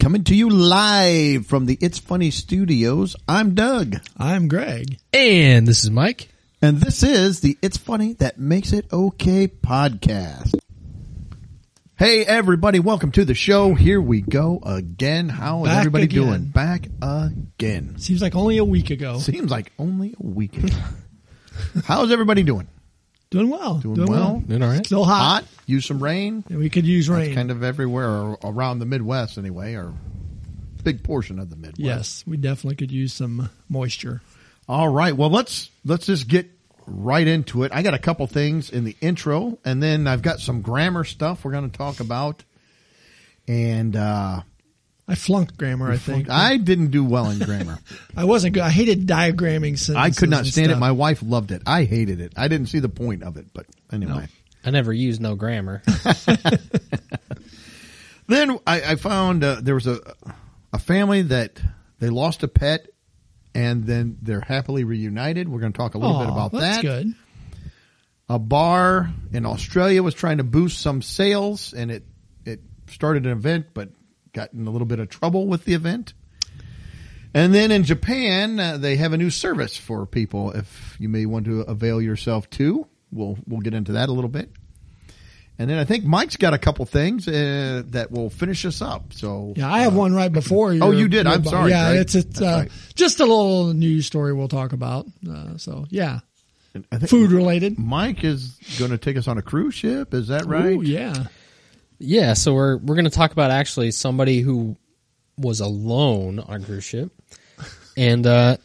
Coming to you live from the It's Funny Studios, I'm Doug. I'm Greg. And this is Mike. And this is the It's Funny That Makes It Okay podcast. Hey everybody, welcome to the show. Here we go again. How is Back everybody again. doing? Back again. Seems like only a week ago. Seems like only a week ago. How's everybody doing? Doing well. Doing well. Doing all right. Still hot. Hot? Use some rain? Yeah, We could use rain. Kind of everywhere or around the Midwest anyway, or big portion of the Midwest. yes, we definitely could use some moisture. All right. Well, let's let's just get right into it. I got a couple things in the intro, and then I've got some grammar stuff we're going to talk about. And uh, I flunked grammar, I think. I didn't do well in grammar. I wasn't good. I hated diagramming sentences. I could not and stand it. stuff. My wife loved it. I hated it. I didn't see the point of it. But anyway. I never use no grammar. Then I, I found uh, there was a a family that they lost a pet, and then they're happily reunited. We're going to talk a little bit Aw, about that's that. good. a bar in Australia was trying to boost some sales and it it started an event but got in a little bit of trouble with the event. And then in Japan, uh, they have a new service for people if you may want to avail yourself to. We'll we'll get into that a little bit. And then I think Mike's got a couple things uh, that will finish us up. So Yeah, I have one right before you. Uh, oh, you did. I'm sorry, Yeah, Greg. it's, it's That's uh, right. just a little news story we'll talk about. Uh, so, yeah, I think food related. Mike is going to take us on a cruise ship. Is that right? Ooh, yeah. yeah, so we're we're going to talk about actually somebody who was alone on a cruise ship. And uh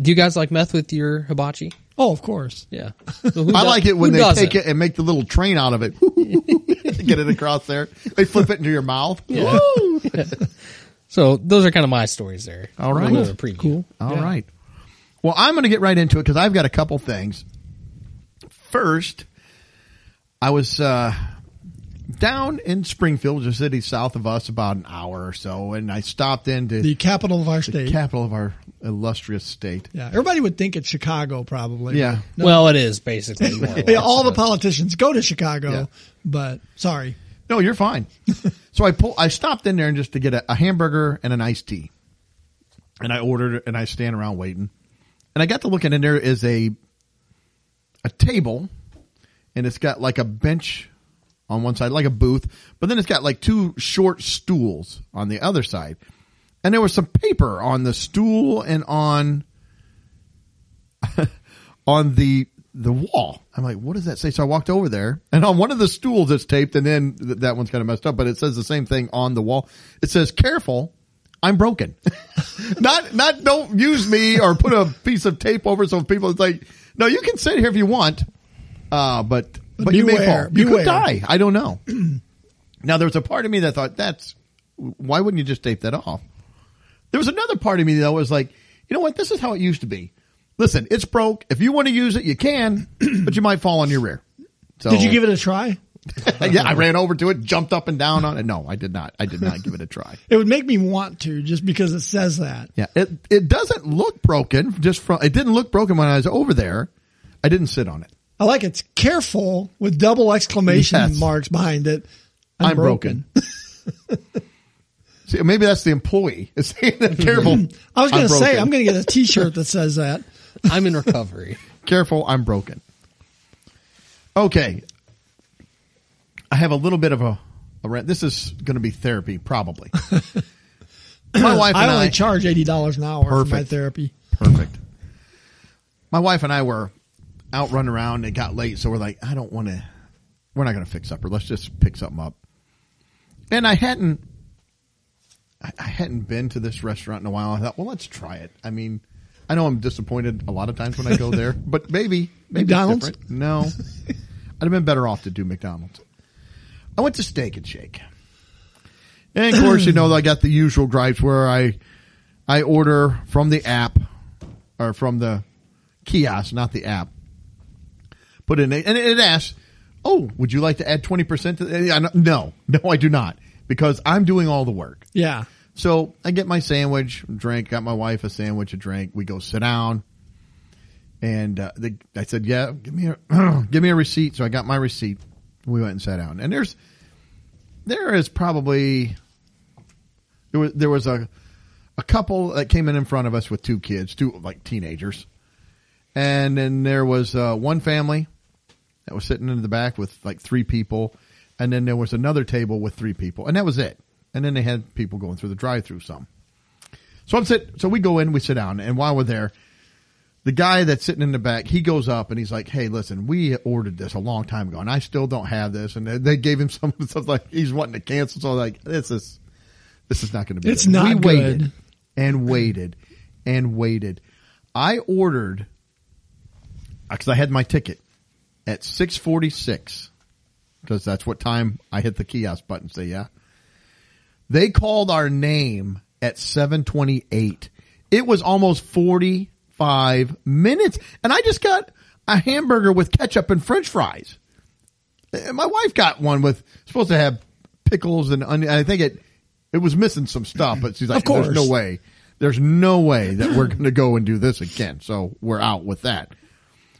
do you guys like meth with your hibachi? Oh, of course. Yeah. I like it when they take it and make the little train out of it. Get it across there. They flip it into your mouth. Woo! So those are kind of my stories there. All right. A little preview. Cool. All Yeah. right. Well, I'm going to get right into it because I've got a couple things. First, I was uh, down in Springfield, which is a city south of us, about an hour or so, and I stopped into The capital of our the state. capital of our illustrious state. yeah, everybody would think it's Chicago, probably. Yeah. Well, it is basically. more or Yeah, less, all the but- politicians go to Chicago, Yeah. but sorry. No, you're fine. so I pull, I stopped in there and just to get a, a hamburger and an iced tea, and I ordered it, and I stand around waiting, and I got to looking and there is a a table, and it's got like a bench on one side, like a booth, but then it's got like two short stools on the other side, and there was some paper on the stool and on on the the wall. I'm like, what does that say? So I walked over there, and on one of the stools it's taped, and then th- that one's kind of messed up, but it says the same thing on the wall. It says, "Careful, I'm broken." not not don't use me or put a piece of tape over so people. It's like, no, you can sit here if you want, uh, but but, But you may fall. beware, You could beware. die. I don't know. now there was a part of me that thought that's why wouldn't you just tape that off? There was another part of me that was like, you know what? This is how it used to be. Listen, it's broke. If you want to use it, you can, but you might fall on your rear. So, Did you give it a try? yeah, I ran over to it, jumped up and down on it. No, I did not. I did not give it a try. It would make me want to just because it says that. Yeah, it it doesn't look broken. Just from it didn't look broken when I was over there. I didn't sit on it. I like it's careful with double exclamation Yes. marks behind it. I'm broken. See, maybe that's the employee is saying that. Careful. I was going I'm to say broken. I'm going to get a T-shirt that says that. I'm in recovery. Careful, I'm broken. Okay. I have a little bit of a, a rant. This is going to be therapy, probably. My wife I and only I. charge eighty dollars an hour for my Perfect. therapy. perfect. My wife and I were out running around. It got late, so we're like, I don't want to. We're not going to fix supper. Let's just pick something up. And I hadn't, I I hadn't been to this restaurant in a while. I thought, well, let's try it. I mean, I know I'm disappointed a lot of times when I go there, but maybe, maybe it's McDonald's? different. No, I'd have been better off to do McDonald's. I went to Steak and Shake. And of course, you know, I got the usual gripes where I, I order from the app or from the kiosk, not the app. Put in, and it asks, "Oh, would you like to add twenty percent?" to the-" I don't- No, no, I do not, because I'm doing all the work. Yeah, So I get my sandwich, drink, got my wife a sandwich, a drink. We go sit down. And uh, the, I said, yeah, give me a, give me a receipt. So I got my receipt. We went and sat down and there's, there is probably There was there was a a couple that came in in front of us with two kids, two like teenagers, and then there was uh, one family that was sitting in the back with like three people, and then there was another table with three people, and that was it. And then they had people going through the drive-through some. So I'm sit. So we go in, we sit down, and while we're there, the guy that's sitting in the back, he goes up and he's like, "Hey, listen, we ordered this a long time ago, and I still don't have this." And they- they gave him some stuff like he's wanting to cancel. So like, this is this is not going to be. It's good. not We good. waited and waited and waited. I ordered because I had my ticket at six forty six because that's what time I hit the kiosk button. Say yeah. They called our name at 728. It was almost 45 minutes. And I just got a hamburger with ketchup and french fries. And my wife got one with, supposed to have pickles and onion. I think it, it was missing some stuff, but she's like, Of course. there's no way. There's no way that we're going to go and do this again. So we're out with that.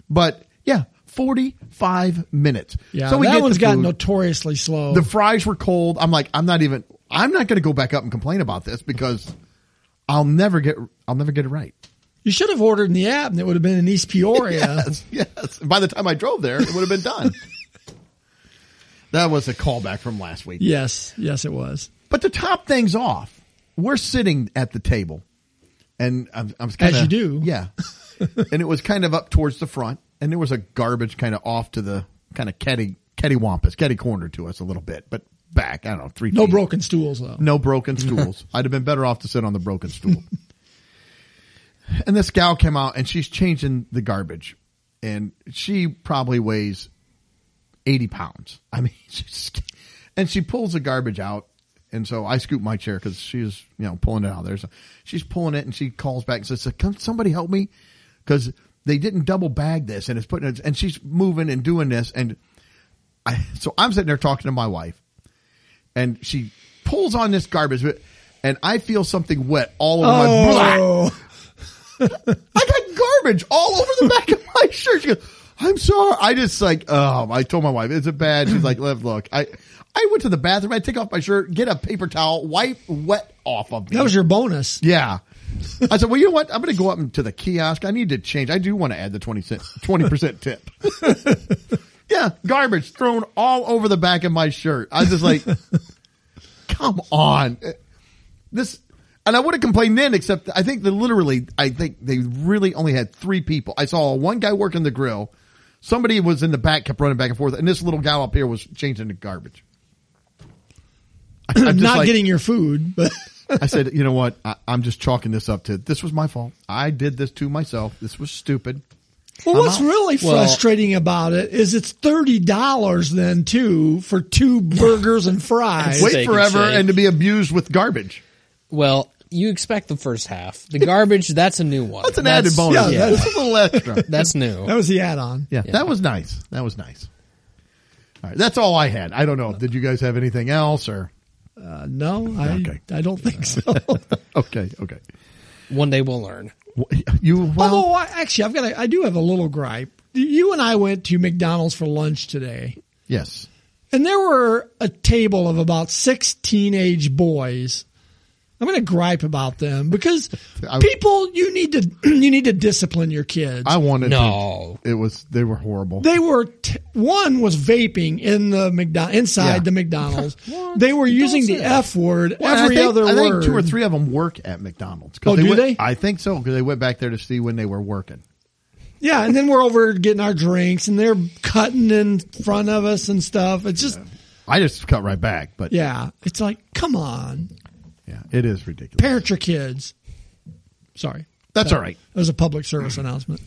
But yeah, 45 minutes. Yeah, so we that get one's the gotten food. notoriously slow. The fries were cold. I'm like, I'm not even. I'm not going to go back up and complain about this because I'll never get. I'll never get it right. you should have ordered in the app, and it would have been in East Peoria. Yes, yes. By the time I drove there, it would have been done. that was a callback from last week. Yes, yes, it was. But to top things off, we're sitting at the table, and I'm, I'm kind As you do. yeah. and it was kind of up towards the front, and there was a garbage kind of off to the kind of catty catty wampus, catty corner to us a little bit, but back. I don't know, three No feet. broken stools though. no broken stools. I'd have been better off to sit on the broken stool. and this gal came out and she's changing the garbage. And she probably weighs 80 pounds. I mean, she's, and she pulls the garbage out. And so I scoop my chair because she's, you know, pulling it out there. So she's pulling it and she calls back and says, Come, somebody help me because they didn't double bag this and it's putting it, and she's moving and doing this. And I, so I'm sitting there talking to my wife and she pulls on this garbage, but- and I feel something wet all over my. Blah! Oh, I got garbage all over the back of my shirt. She goes, "I'm sorry." I just like, oh, I told my wife it's a bad. She's like, "Liv, look, I, I went to the bathroom. I take off my shirt, get a paper towel, wipe wet off of me. that was your bonus. yeah." I said, "Well, you know what? I'm going to go up to the kiosk. I need to change. I do want to add the twenty cent, twenty percent tip." yeah, garbage thrown all over the back of my shirt. I was just like, "Come on, this." And I would have complained then, except I think that literally, I think they really only had three people. I saw one guy working the grill. Somebody was in the back, kept running back and forth, and this little gal up here was changing the garbage. I- I'm just Not like- getting your food, but I said, you know what? I, I'm just chalking this up to this was my fault. I did this to myself. This was stupid. well, I'm what's out. really Well- frustrating about it is it's thirty dollars then too for two burgers and fries. Steak Wait and forever shake. and to be abused with garbage. Well, you expect the first half. The garbage, that's a new one. That's an added bonus. yeah, Yeah, that- that's a little extra. That's new. That was the add-on. Yeah, that was nice. That was nice. All right, that's all I had. I don't know. Did you guys have anything else or? Uh, no, I Okay. I don't think so. Okay, okay. One day we'll learn. Wh- You well, Although I, actually, I've got a, I do have a little gripe. You and I went to McDonald's for lunch today, yes. and there were a table of about six teenage boys. I'm going to gripe about them because I- people, you need to you need to discipline your kids. I wanted. No. To, it was they were horrible. they were t- one was vaping in the McDonald inside Yeah. the McDonald's. they were using say the that. F word Well, and every I think, other I think word. two or three of them work at McDonald's. 'cause Oh, do went- they? I think so because they went back there to see when they were working. Yeah, and then we're over getting our drinks, and they're cutting in front of us and stuff. It's just I just cut right back, but yeah, it's like come on, yeah it is ridiculous. parent your kids. Sorry, That's That- all right. That was a public service announcement.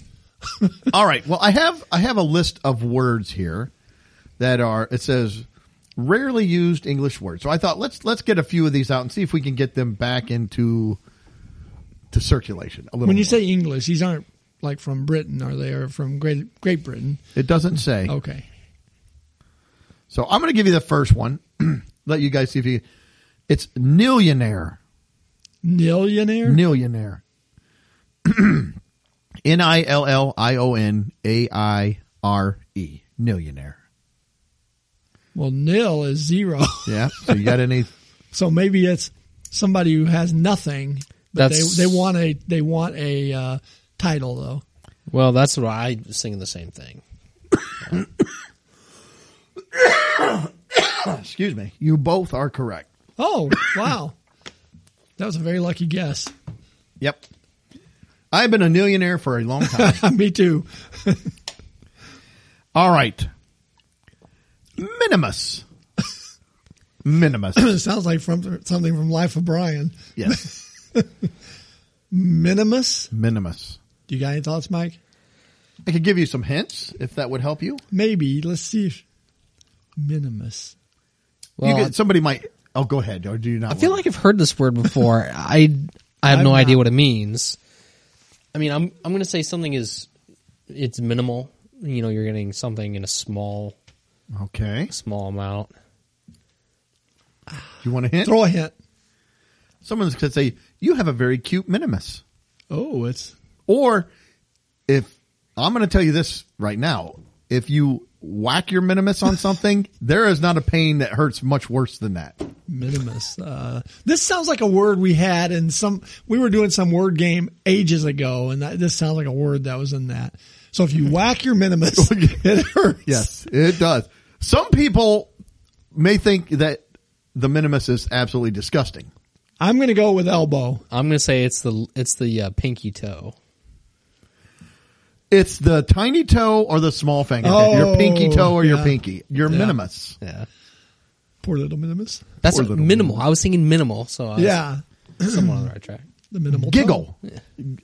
All right. Well, I have I have a list of words here that are it says rarely used English words. So I thought let's let's get a few of these out and see if we can get them back into to circulation a little. When you more. say English, these aren't like from Britain, are they? Or from Great Great Britain? it doesn't say. Okay. So I'm going to give you the first one. Let you guys see if you. It's millionaire. Millionaire. Millionaire. Hmm. N i l l i o n a i r e. Millionaire. Well, nil is zero, Yeah. So you got any? so maybe it's somebody who has nothing. But That's- they they want a they want a uh, title though. Well, that's what I was thinking the same thing. Excuse me. You both are correct. Oh wow, that was a very lucky guess. Yep. I've been a millionaire for a long time. Me too. All right. Minimus. Minimus. It sounds like from something from Life of Brian. Yes. Minimus. Minimus. Do you got any thoughts, Mike? I could give you some hints if that would help you. Maybe. Let's see. If... Minimus. Well, you could, somebody might. Oh, go ahead. Or do you not? I feel want- like I've heard this word before. I I have I've no not. idea what it means. I mean, I'm I'm going to say something is it's minimal. You know, you're getting something in a small Okay. small amount. Do you want a hint? Throw a hint. Someone could say, You have a very cute minimus. Oh, it's Or if I'm going to tell you this right now, if you whack your minimus on something, there is not a pain that hurts much worse than that. minimus. Uh, this sounds like a word we had in some. We were doing some word game ages ago, and that, this sounds like a word that was in that. So if you whack your minimus, it hurts. Yes, it does. Some people may think that the minimus is absolutely disgusting. I'm going to go with elbow. I'm going to say it's the it's the uh, pinky toe. It's the tiny toe or the small finger, Oh, your pinky toe or your yeah. pinky, your Yeah. minimus. Yeah. Poor little minimus. That's Poor a little minimal. I was thinking minimal, so I was Yeah, somewhat on the right track. the minimal toe. Giggle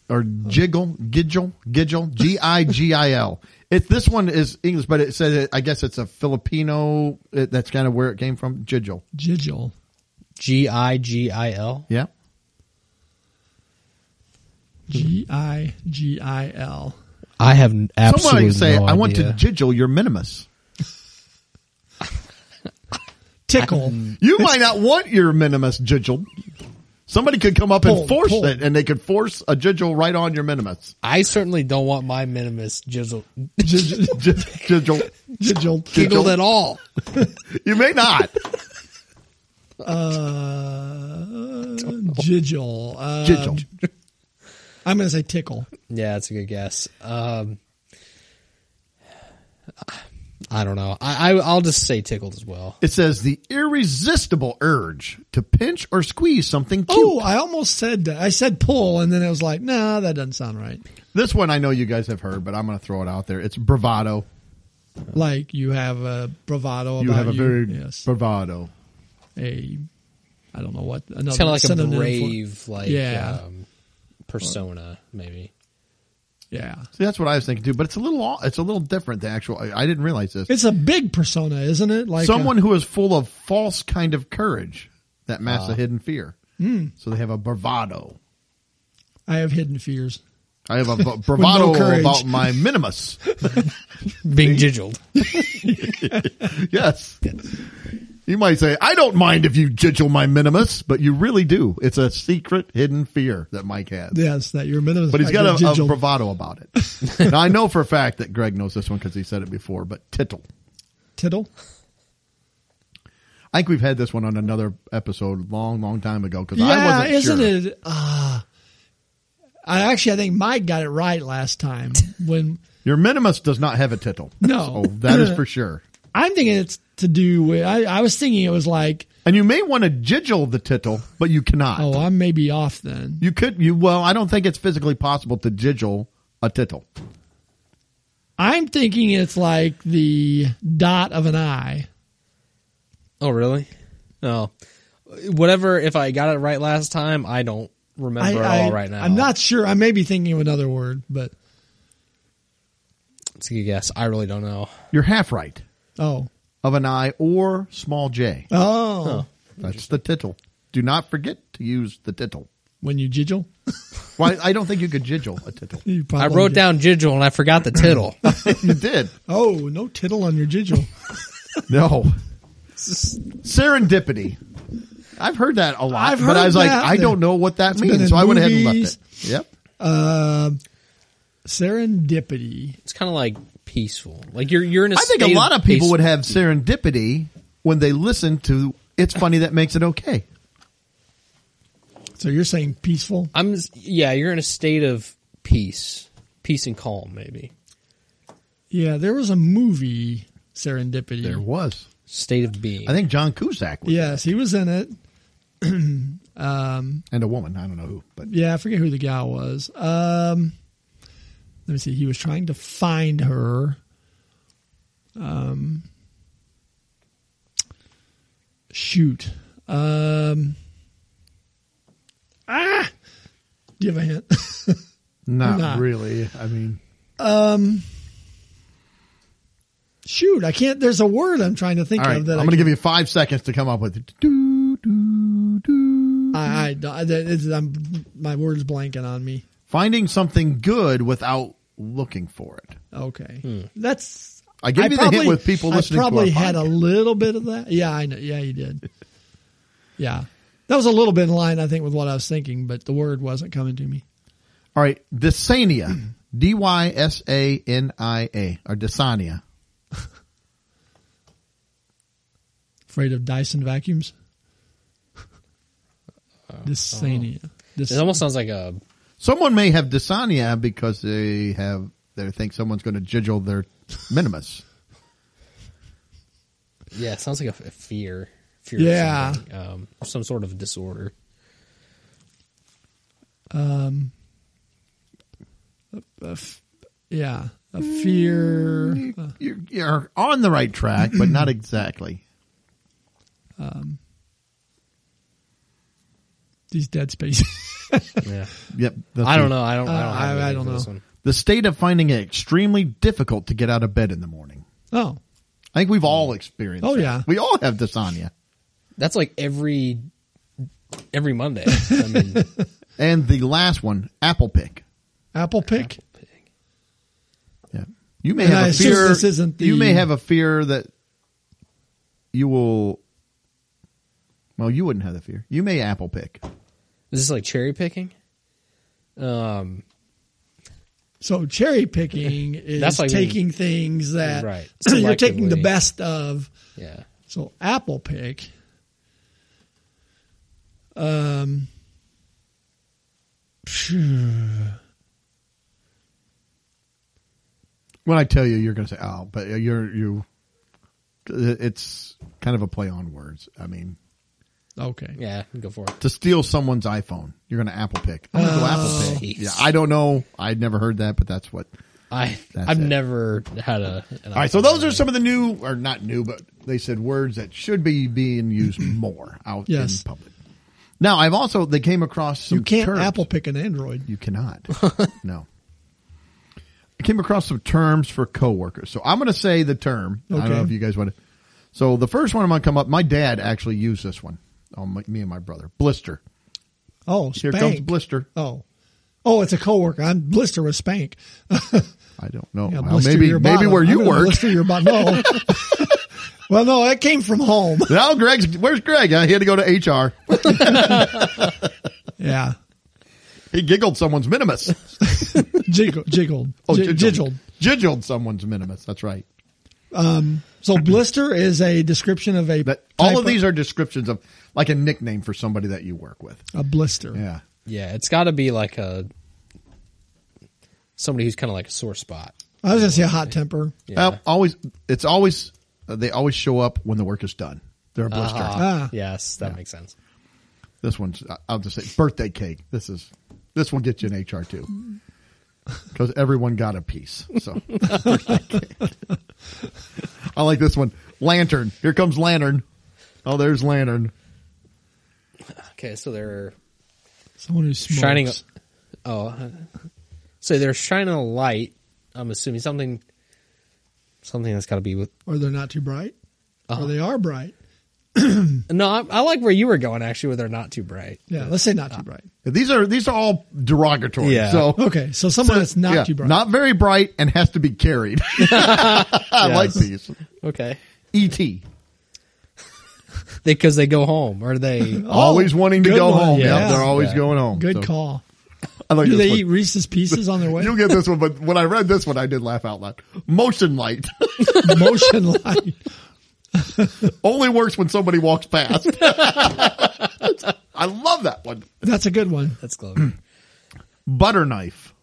or jiggle, giggle, giggle, G I G I L. It's this one is English, but it says it, I guess it's a Filipino. It, that's kind of where it came from. Jiggle. Jiggle. G I G I L. Yeah. G i g i l. I have n- Someone absolutely can say, no "I want to idea. jiggle your minimus." Tickle. You might not want your minimus jiggled. Somebody could come up Pull, and force pull. it, and they could force a jiggle right on your minimus. I certainly don't want my minimus jizzled, Jiggle. J- jiggle. Jiggle. jiggled at all. You may not. Uh, jiggle. Uh, Jiggle. I'm going to say tickle. Yeah, that's a good guess. Um, I don't know. I, I I'll just say tickled as well. It says the irresistible urge to pinch or squeeze something cute. Oh, I almost said that. I said pull, and then I was like, nah, that doesn't sound right. This one I know you guys have heard, but I'm going to throw it out there. It's bravado. Like you have a bravado. You about have a very yes, bravado. a. I don't know what another It's kind of like a synonym for- brave, like Yeah. um, persona, maybe. yeah, See, that's what I was thinking too, but it's a little all- it's a little different. The actual I, I didn't realize this. it's a big persona, isn't it? Like uh, a- Someone who is full of false kind of courage that masks Ah. a hidden fear. Hmm. So they have a bravado. uh, I have hidden fears. I have a b- bravado courage. about my minimus. Being jiggled. yes. You might say, I don't mind if you jiggle my minimus, but you really do. It's a secret hidden fear that Mike has. Yes, that your minimum. But he's like a got a, a jiggle. bravado about it. now, I know for a fact that Greg knows this one because he said it before, but tittle. tittle. I think we've had this one on another episode long, long time ago because I Yeah, wasn't isn't sure. it? Uh, I actually, I think Mike got it right last time when Your minimus does not have a tittle. No. So that is for sure. I'm thinking it's to do with. I, I was thinking it was like, And you may want to jiggle the tittle, but you cannot. oh, I'm maybe off then. You could you well, I don't think it's physically possible to jiggle a tittle. I'm thinking it's like the dot of an eye. Oh, really? No. Whatever. If I got it right last time, I don't I, remember I, at all right now. I'm not sure. I may be thinking of another word, but It's a good guess. I really don't know. You're half right. oh, Of an I or small J. oh, That's the tittle. Do not forget to use the tittle. when you jiggle, Well, I I don't think you could jiggle a tittle. you I probably wrote down jiggle and I forgot the tittle. you did. Oh, no tittle on your jiggle. No. Serendipity. I've heard that a lot. I've but I heard was like, that. I don't know what that been means. in So I went ahead and movies. left it. Yep. uh, serendipity. It's kind of like peaceful. Like you're you're in a I think a state lot of people would have serendipity when they listen to It's Funny That Makes It Okay. So you're saying peaceful? I'm yeah, you're in a state of peace, peace and calm, maybe Yeah, there was a movie Serendipity. There was. state of being. I think John Cusack was, Yes, he was in it. Um, and a woman. I don't know who, but Yeah, I forget who the gal was. Um, let me see. He was trying to find her. Um, shoot. Um, ah, do you have a hint? not Nah. really. I mean, shoot, I can't. There's a word I'm trying to think all right. of I'm that I going to give you five seconds to come up with it. Do, do, do. I, I, it's, I'm, my word's blanking on me. Finding something good without looking for it. Okay, that's. Hmm. I gave you the hint with people listening to I our probably had a podcast. little bit of that. Yeah, I know. Yeah, you did. yeah, that was a little bit in line, I think, with what I was thinking, but the word wasn't coming to me. All right, Dysania. D Y S A N I A or Dysania. Afraid of Dyson vacuums. Uh, Dysania. oh. Dys- It almost sounds like a Someone may have Dysania because they have they think someone's going to jiggle their minimus. yeah, it sounds like a, a fear, fear, Yeah. of something, um, some sort of disorder. a f- yeah, a fear. uh, You're, you're on the right track, but not exactly. these dead spaces. Yeah, Yep. that's I don't it. know. I don't. I don't, Uh, have I- I anything don't for This know. one. The state of finding it extremely difficult to get out of bed in the morning. oh, I think we've all experienced. Oh, that. yeah. we all have Dysania. That's like every every Monday. I mean, And the last one, apple pick. apple pick. Yeah. You may And have I a assume fear. this isn't the- You may have a fear that you will. Well, you wouldn't have the fear. You may apple pick. is this like cherry picking? Um, So cherry picking is That's like- taking things that Right. you're taking the Selectively. best of. yeah. So apple pick. Um. When I tell you, you're going to say, "Oh," but you're you. It's kind of a play on words. I mean, Okay. Yeah, go for it. to steal someone's iPhone, you're going to apple pick. I'm going to go Oh, apple pick. Jeez. Yeah, I don't know. I'd never heard that, but that's what. I That's I've it. never had a. an All right, so those are some of the new, or not new, but they said words that should be being used more out Yes. in public. Now, I've also they came across some You can't terms. apple pick an Android. You cannot. no. I came across some terms for coworkers. So I'm going to say the term. I don't know Okay. if you guys want to. So the first one I'm going to come up. My dad actually used this one. Oh, my, me and my brother. Blister. Oh, Here spank. comes blister. Oh, oh, it's a coworker. I'm blister with spank. I don't know. Yeah, Well, blister maybe your maybe bottom. where I'm you gonna work. Blister your bottom. No. well, no, that came from home. Now Greg's where's Greg? Uh, He had to go to HR. Yeah, He giggled someone's minimus. jiggle, jiggled, Oh, Ji- jiggled. Jiggled someone's minimus. That's right. So blister is a description of a That all type of these are descriptions of like a nickname for somebody that you work with. a blister. Yeah. Yeah, it's got to be like a somebody who's kind of like a sore spot. I was gonna say a hot temper. Yeah. Well, always, it's always uh, they always show up when the work is done. They're a blister. Ah, Ah. yes, that makes sense. This one's I- I'll just say birthday cake. This is this will get you an HR too, Mm-hmm. because everyone got a piece. So I like this one. Lantern. Here comes lantern. Oh, there's lantern. Okay, so they're Someone who smokes. shining. a- Oh, uh, so they're shining a light. I'm assuming something, something that's got to be with. or they're not too bright, or they are bright. No, I, I like where you were going actually. Where they're not too bright. Yeah, let's say not too bright. These are these are all derogatory. Yeah. So Okay, so someone that's not yeah, too bright. not very bright, and has to be carried. I like these. E Okay, Et. because they go home or they. oh, always wanting to Oh, good go one. home. Yeah, Yeah. they're always Yeah. going home. Good So, call. I like Do this they one. eat Reese's Pieces on their way? You'll get this one, but when I read this one, I did laugh out loud. Motion light Motion light. only works when somebody walks past. I love that one. That's a good one. That's clever. Butter knife.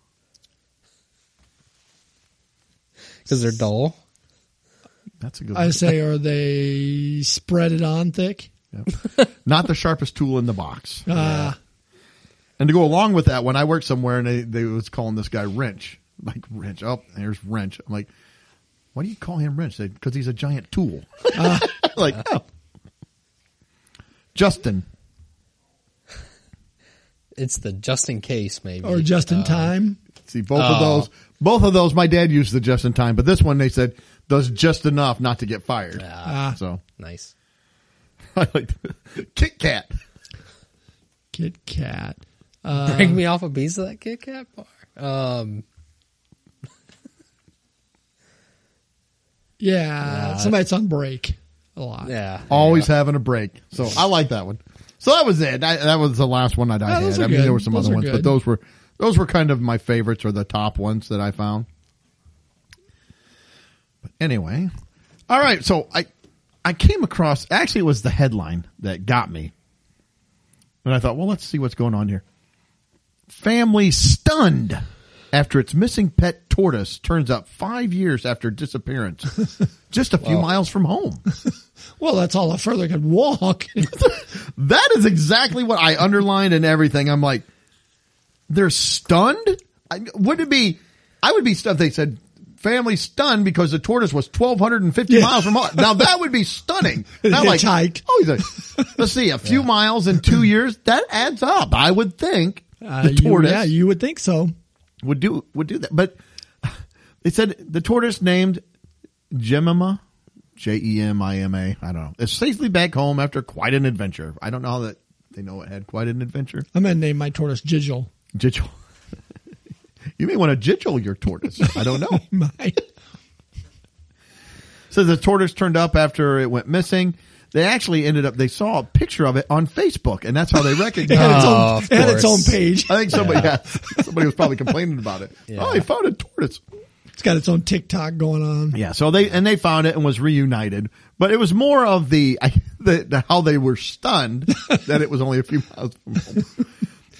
Because they're dull. That's a good I one. say, are they spread it on thick? Yeah. Not the sharpest tool in the box. Uh, And to go along with that, when I worked somewhere and they, they was calling this guy wrench, like wrench. Oh, there's wrench. I'm like, why do you call him wrench? Because he's a giant tool. Uh. like, oh. Justin. It's the just in case, maybe. or just in Uh, time? See, both Oh. of those, both of those, my dad used the just in time, but this one they said does just enough not to get fired. Ah. So Nice. I like Kit Kat. Kit Kat. Bring me off a piece of that Kit Kat bar. Um, Yeah, Nah. somebody's on break a lot. yeah. Always having a break. So I like that one. So that was it. I, that was the last one that I Yeah, had. those are I mean, good. there were some Those other are ones, but good. those were those were kind of my favorites or the top ones that I found. But anyway, all right. So I I came across actually it was the headline that got me, and I thought, well, let's see what's going on here. Family stunned after its missing pet tortoise turns up five years after disappearance, just a few miles from home. Well, that's all I further could walk. That is exactly what I underlined and everything. I'm like, they're stunned. I, would it be? I would be stunned. They said family stunned because the tortoise was 1,250 Yeah. miles from home. Now that would be stunning. Not like, Hitchhiked. oh, he's like, let's see, a few miles in two years. That adds up. I would think Uh, the you- tortoise yeah, you would think so. would do would do that. But they said the tortoise named Jemima, J E M I M A. I don't know. Is safely back home after quite an adventure. I don't know how that they know it had quite an adventure. I'm going to name my tortoise Jiggle. Jitchel. you may want to jitchel your tortoise. I don't know. My, So the tortoise turned up after it went missing. They actually ended up. They saw a picture of it on Facebook, and that's how they it had recognized. its it. own, Oh, of it had its own course. page. I think somebody, yeah, somebody was probably complaining about it. Yeah. Oh, he found a tortoise. It's got its own TikTok going on. Yeah, so they and they found it and was reunited, but it was more of the I, the, the how they were stunned that it was only a few miles from home.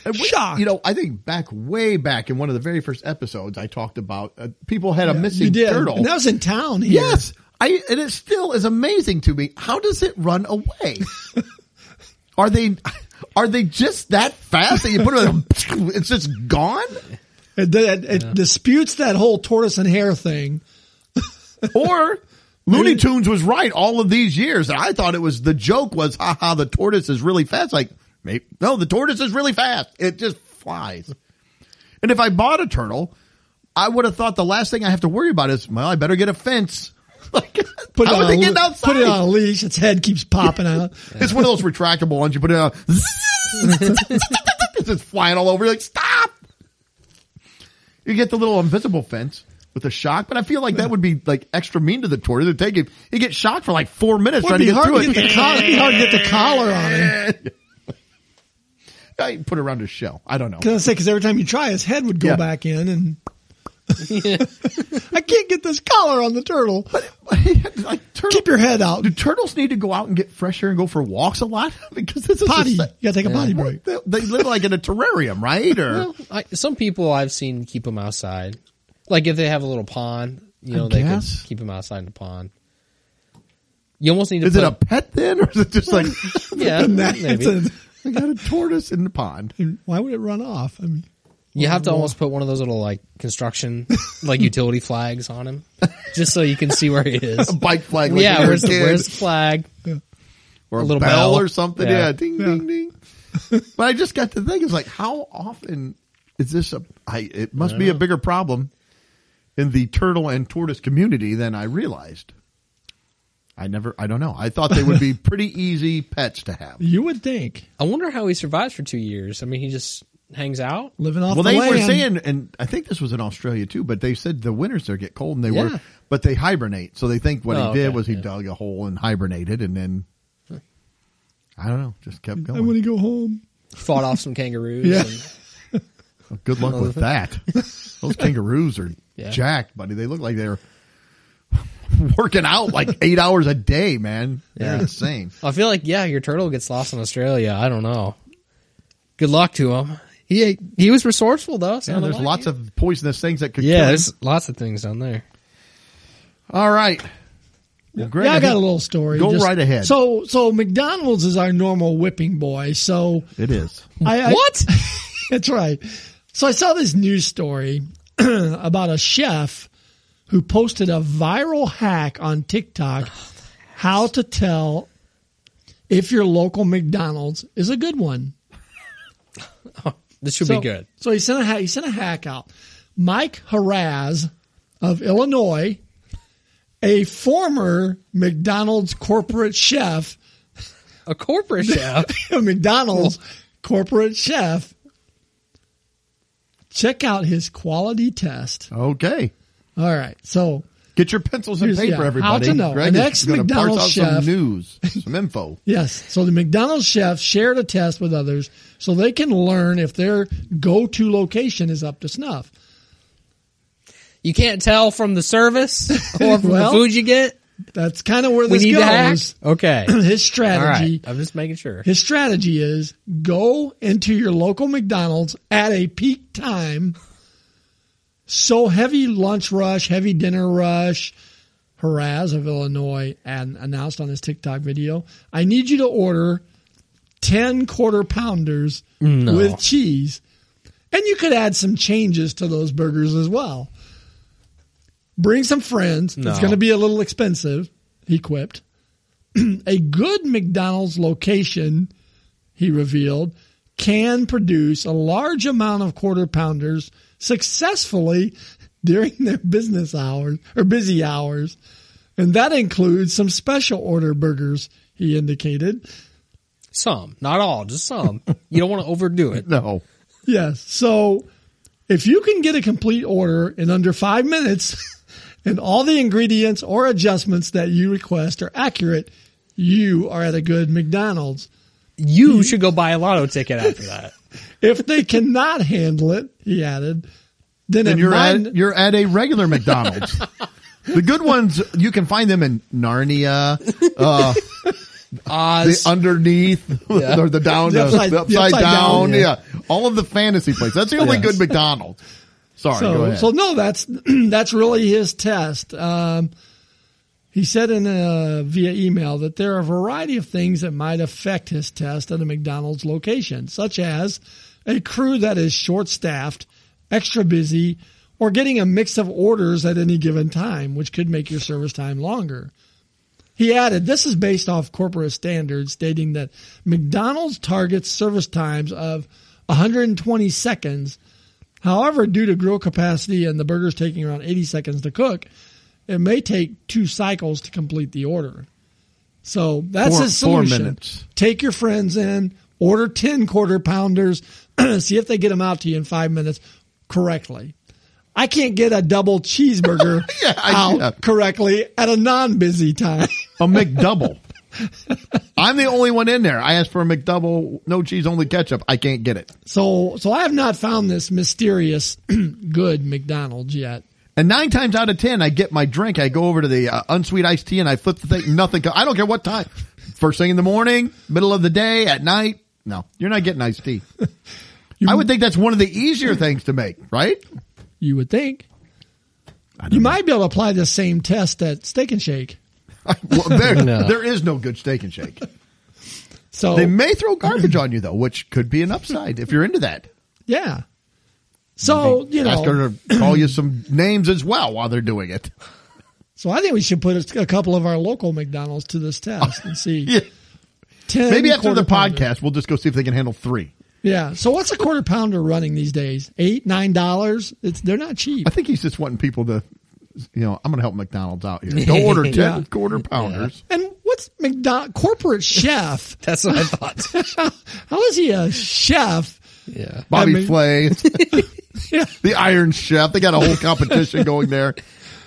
And we- Shocked. You know, I think back way back in one of the very first episodes, I talked about uh, people had a missing you did. turtle. And that was in town here. yes, I and it still is amazing to me. How does it run away? are they are they just that fast that you put it? It's just gone. It, it- it disputes that whole tortoise and hare thing. or Looney Tunes was right all of these years. And I thought it was the joke was, haha, the tortoise is really fast. Like, maybe, no, the tortoise is really fast. It just flies. And if I bought a turtle, I would have thought the last thing I have to worry about is, well, I better get a fence. Like, Put it how on would they a, get le- outside? Put it on a leash. Its head keeps popping out. It's one of those retractable ones. You put it on, it's just flying all over. You're like, stop! You get the little invisible fence with a shock, but I feel like that would be like extra mean to the tortoise. It'd take him, he'd get shocked for like four minutes Would trying be to get hard through to it. get the collar. It'd be hard to get the collar on him. I put it around his shell. I don't know. Can I say? Because every time you try, his head would go Yeah. back in, and I can't get this collar on the turtle. like, turtle, Keep your head out. do turtles need to go out and get fresh air and go for walks a lot? because this is Potty. You the- gotta take a potty break. They, they live like in a terrarium, right? Or Well, I, some people I've seen keep them outside. Like if they have a little pond, you know, they can guess. keep them outside in the pond. You almost need to is put it a pet then, or is it just like yeah, It's maybe. a- I got a tortoise in the pond? why would it run off? I mean, You have to almost put one of those little like construction like utility flags on him, just so you can see where he is. a bike flag. Like yeah, when where's the, you're a where's the kid, flag? or a little bell, bell? or something? Yeah, Yeah. ding Yeah. ding ding. but I just got to think. It's like how often is this a? I, it must be a bigger problem in the turtle and tortoise community than I realized. I never. I don't know. I thought they would be pretty easy pets to have. you would think I wonder how he survives for two years. I mean, he just hangs out. living off well, the they land. were saying, and I think this was in Australia too, but they said the winters there get cold and they Yeah. were, but they hibernate. So they think what Oh, he did okay, was he yeah. dug a hole and hibernated, and then I don't know, just kept I going. want to go home. Fought off some kangaroos. Yeah. and- Good luck with that. Those kangaroos are Yeah. jacked, buddy. They look like they're working out like eight hours a day, man. They're Yeah. insane. I feel like yeah, your turtle gets lost in Australia. I don't know. good luck to him. He he was resourceful though. Yeah, there's lots of poisonous things that could yeah. kill. him. There's lots of things on there. All right. Well, Greg, yeah, I think- got a little story. Go right ahead. So, so McDonald's is our normal whipping boy. So, It is. I, I- What? that's right. So I saw this news story about a chef who posted a viral hack on Oh, TikTok how to tell if your local McDonald's is a good one. This should be good. So he sent a ha- he sent a hack out. Mike Haraz of Illinois, a former McDonald's corporate chef, A corporate chef. a McDonald's corporate chef. Check out his quality test. Okay. All right, so Get your pencils and Here's- paper, yeah, how everybody. to know. Greg An is going to parse ex-McDonald's out some chef. news, some info. Yes. So the McDonald's chefs shared a test with others so they can learn if their go to location is up to snuff. You can't tell from the service or from Well, the food you get. That's kind of where We this need to hack. goes. Okay. His All strategy right. I'm just making sure. his strategy is go into your local McDonald's at a peak time. So heavy lunch rush, heavy dinner rush. Harass of Illinois and announced on his TikTok video. I need you to order ten quarter pounders with cheese, and you could add some changes to those burgers as well. Bring some friends. It's No. going to be a little expensive. He quipped. a good McDonald's location, he revealed, can produce a large amount of quarter pounders successfully during their business hours or busy hours. And that includes some special order burgers, he indicated. Some, not all, just some. you don't want to overdo it. No. Yes. So if you can get a complete order in under five minutes and all the ingredients or adjustments that you request are accurate, you are at a good McDonald's. You should go buy a lotto ticket after that. If they cannot handle it, he added, then, And it you're might- at you're at a regular McDonald's. the good ones you can find them in Narnia, uh, the Oz. underneath or the down The the upside- upside, the upside down. down, Yeah. all of the fantasy places. That's the only Yes. good McDonald's. Sorry, go so, ahead. so no, that's that's really his test. Um, he said in a, via email that there are a variety of things that might affect his test at a McDonald's location, such as a crew that is short-staffed, extra busy, or getting a mix of orders at any given time, which could make your service time longer. He added, this is based off corporate standards stating that McDonald's targets service times of 120 seconds. However, due to grill capacity and the burgers taking around 80 seconds to cook, it may take two cycles to complete the order. So that's Four- his four solution. minutes. Take your friends in, order 10 quarter pounders, see if they get them out to you in five minutes correctly. I can't get a double cheeseburger Yeah, I- out yeah. correctly at a non-busy time. a McDouble. I'm the only one in there. I asked for a McDouble, no cheese, only ketchup. I can't get it. So, so I have not found this mysterious good McDonald's yet. And nine times out of ten, I get my drink. I go over to the uh, unsweet iced tea and I flip the thing. Nothing. co- I don't care what time. First thing in the morning, middle of the day, at night. No, you're not getting iced tea. I would think that's one of the easier things to make, right? You would think. You might be able to apply the same test at Steak and Shake. Well, there, No. there is no good steak and shake. So They may throw garbage on you though, which could be an upside if you're into that. yeah. So you Ask know. her to call you some names as well while they're doing it. So I think we should put a couple of our local McDonald's to this test and see. Yeah. 10 Maybe after the quarter pounder. podcast, we'll just go see if they can handle three. Yeah. So what's a quarter pounder running these days? Eight, nine dollars. It's they're not cheap. I think he's just wanting people to, you know, I'm going to help McDonald's out here. Go order 10 Yeah. quarter pounders. And what's McDonald corporate chef? That's what I thought. How is he a chef? yeah. Bobby I mean- Flay, Yeah. the Iron Chef. They got a whole competition going there.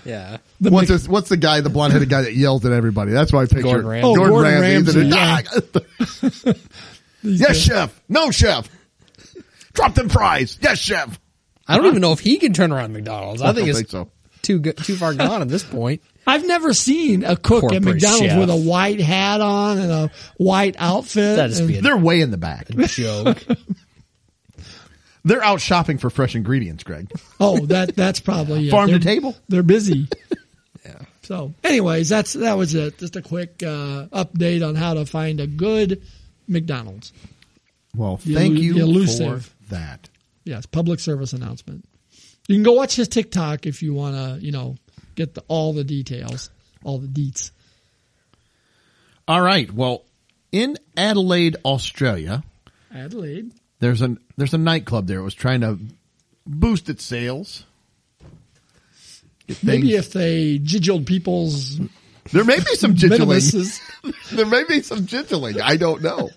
Yeah. The what's, this, what's the guy, the blonde headed guy that yells at everybody? That's why I picture Gordon Ramsay. Oh, Gordon Ramsay, Ah, yes, chef. No, chef. Drop them fries. Yes, chef. I don't even know if he can turn around McDonald's. I think don't it's think so. too good, too far gone at this point. I've never seen a cook Corporate at McDonald's chef. with a white hat on and a white outfit. That'd just and- be a They're way in the back. joke. They're out shopping for fresh ingredients, Greg. Oh, that that's probably it. Farm to They're- table. They're busy. yeah. So, anyways, that's that was it. Just a quick uh, update on how to find a good McDonald's. Well, The thank elu- you the elusive. for that. Yes, public service announcement. You can go watch his TikTok if you want to, you know, get the, all the details, all the deets. All right. Well, in Adelaide, Australia, Adelaide. there's a there's a nightclub there. It was trying to boost its sales. Get Maybe things- if they jiggled people's there may be some jitling. minimuses. there may be some jitling. I don't know.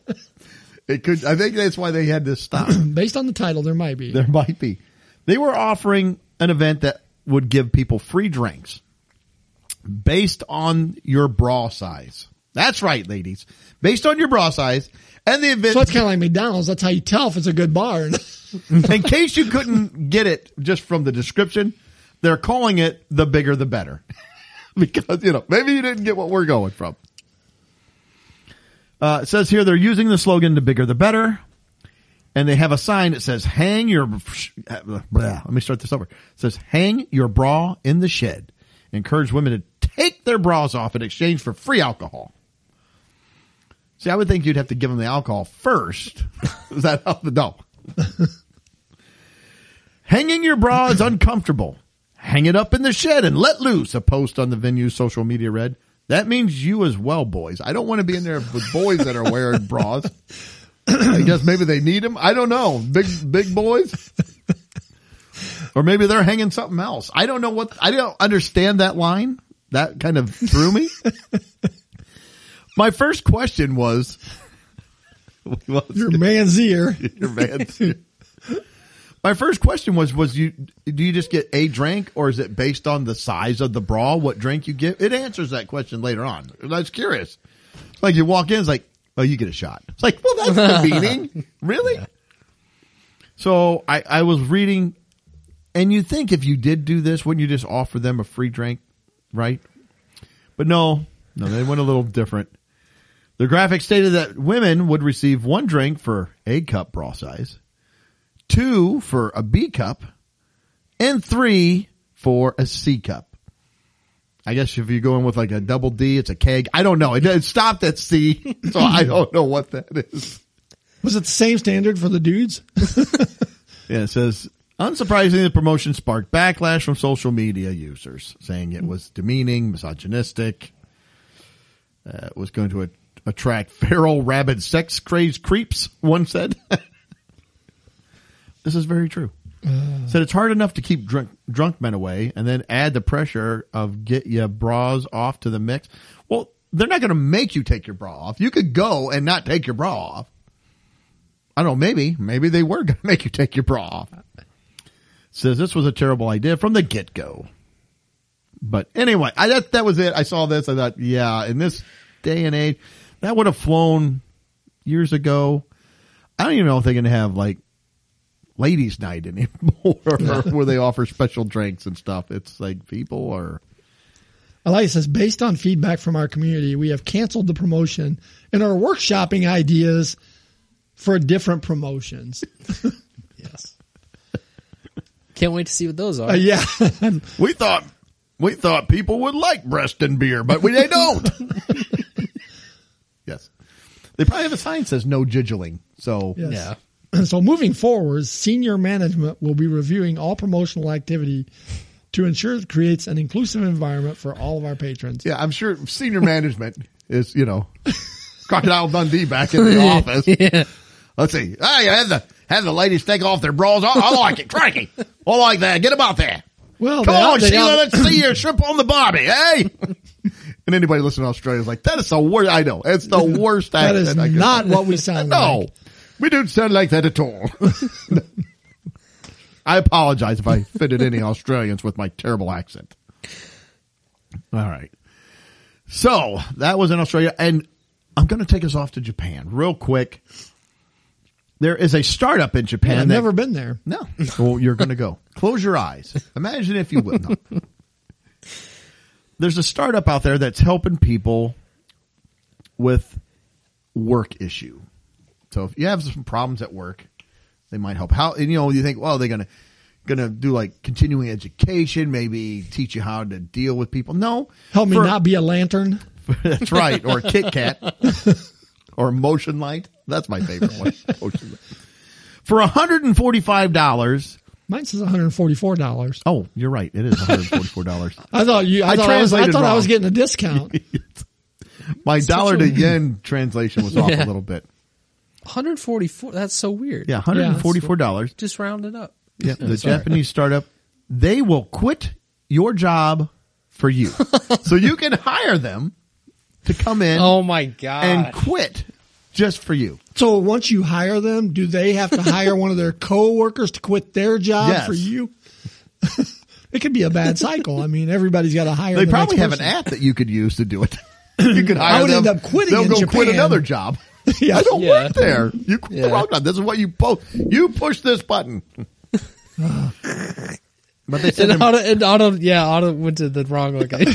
It could. I think that's why they had this stop. Based on the title, there might be. there might be. They were offering an event that would give people free drinks based on your bra size. That's right, ladies. Based on your bra size and the event. So it's kind of like McDonald's. That's how you tell if it's a good bar. in case you couldn't get it just from the description, they're calling it the bigger the better. because, you know, maybe you didn't get what we're going from. Uh, it says here they're using the slogan the bigger the better. And they have a sign that says hang your, blah, let me start this over. It says hang your bra in the shed. Encourage women to take their bras off in exchange for free alcohol. See, I would think you'd have to give them the alcohol first. Is that how the, no. Hanging your bra is uncomfortable. Hang it up in the shed and let loose, a post on the venue's social media read. That means you as well, boys. I don't want to be in there with boys that are wearing bras. I guess maybe they need them. I don't know. Big, big boys. Or maybe they're hanging something else. I don't know what, I don't understand that line. That kind of threw me. My first question was, was Your man's ear. your man's here. My first question was: Was you do you just get a drink, or is it based on the size of the bra? What drink you get? It answers that question later on. I was curious. Like you walk in, it's like, oh, you get a shot. It's like, well, that's convening, really. So I, I was reading, and you think if you did do this, wouldn't you just offer them a free drink, right? But no, no, they went a little different. The graphic stated that women would receive one drink for A cup bra size, two for a B cup, and three for a C cup. I guess if you're going with like a double D, it's a keg. I don't know. It, it stopped at C, so I don't know what that is. Was it the same standard for the dudes? Yeah, it says, unsurprisingly, the promotion sparked backlash from social media users, saying it was demeaning, misogynistic, uh, it was going to a- attract feral, rabid, sex crazed creeps, one said. this is very true. said it's hard enough to keep drunk, drunk men away and then add the pressure of get your bras off to the mix. Well, they're not going to make you take your bra off. You could go and not take your bra off. I don't know, maybe, maybe they were going to make you take your bra off. Says this was a terrible idea from the get go. But anyway, I, that, that was it. I saw this. I thought, yeah, in this day and age, that would have flown years ago. I don't even know if they're going to have like ladies night anymore where they offer special drinks and stuff. It's like people are, Elias says, based on feedback from our community, we have canceled the promotion and are workshopping ideas for different promotions. Yes. Can't wait to see what those are. Uh, yeah. we thought, we thought people would like breast and beer, but we, they don't. yes. They probably have a sign that says no jiggling. So Yes. Yeah. So moving forward, senior management will be reviewing all promotional activity to ensure it creates an inclusive environment for all of our patrons. Yeah, I'm sure senior management is, you know, Crocodile Dundee back in the office. Let's see. Hey, have the, have the ladies take off their bras. I, I like it. Cranky. I like that. Get about that. Well, Come they- on, they- Sheila. Let's see your shrimp on the barbie. Hey. and anybody listening to Australia is like, that is the worst. I know. It's the worst That accent. is I can- not what we sound No. like. We don't sound like that at all. I apologize if I offended any Australians with my terrible accent. All right. So that was in Australia. And I'm going to take us off to Japan real quick. There is a startup in Japan. I've that- never been there. No. Well, you're going to go. Close your eyes. Imagine if you will. No. There's a startup out there that's helping people with work issue. So if you have some problems at work, They might help. How and, you know you think? Well, they're gonna gonna do like continuing education, maybe teach you how to deal with people. No, Help me For- not be a lantern. That's right, or Kit Kat, or Motion Light. That's my favorite one. Motion Light. For one hundred and forty-five dollars. Mine says $144. Oh, you're right. It is one hundred forty-four dollars. I thought you. I, I thought I was. I translated thought I was wrong. getting a discount. My dollar to such a- yen translation was off a little bit. 144. That's so weird. Yeah, one hundred and forty-four dollars. Just round it up. Yeah, the sorry. Japanese startup. They will quit your job for you, so you can hire them to come in Oh my god. and quit just for you. so once you hire them, do they have to hire one of their coworkers to quit their job Yes. for you? it could be a bad cycle. I mean, everybody's got to hire. They the probably have next an app that you could use to do it. You could hire would them. end up quitting They'll in go quit Japan. another job. person. yeah. I don't Yeah. work there. You quit the Yeah. wrong job. This is what you post. You push this button. but they said, And auto, and auto, yeah, auto went to the wrong location.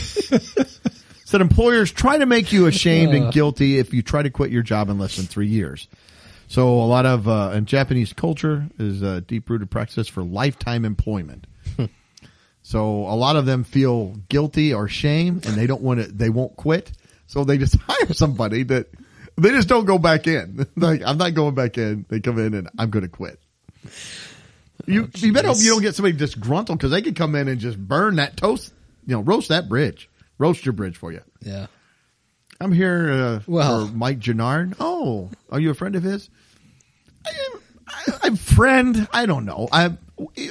said employers try to make you ashamed and guilty if you try to quit your job in less than three years. So a lot of uh, in Japanese culture is a deep rooted practice for lifetime employment. so a lot of them feel guilty or shame, and they don't want to. They won't quit, so they just hire somebody that they just don't go back in. like I'm not going back in. They come in and I'm going to quit. You you better hope geez. you don't get somebody disgruntled because they could come in and just burn that toast. You know, roast that bridge, roast your bridge for you. yeah. I'm here uh, Well- for Mike Gennard. Oh, are you a friend of his? I am, I, I'm friend. I don't know. I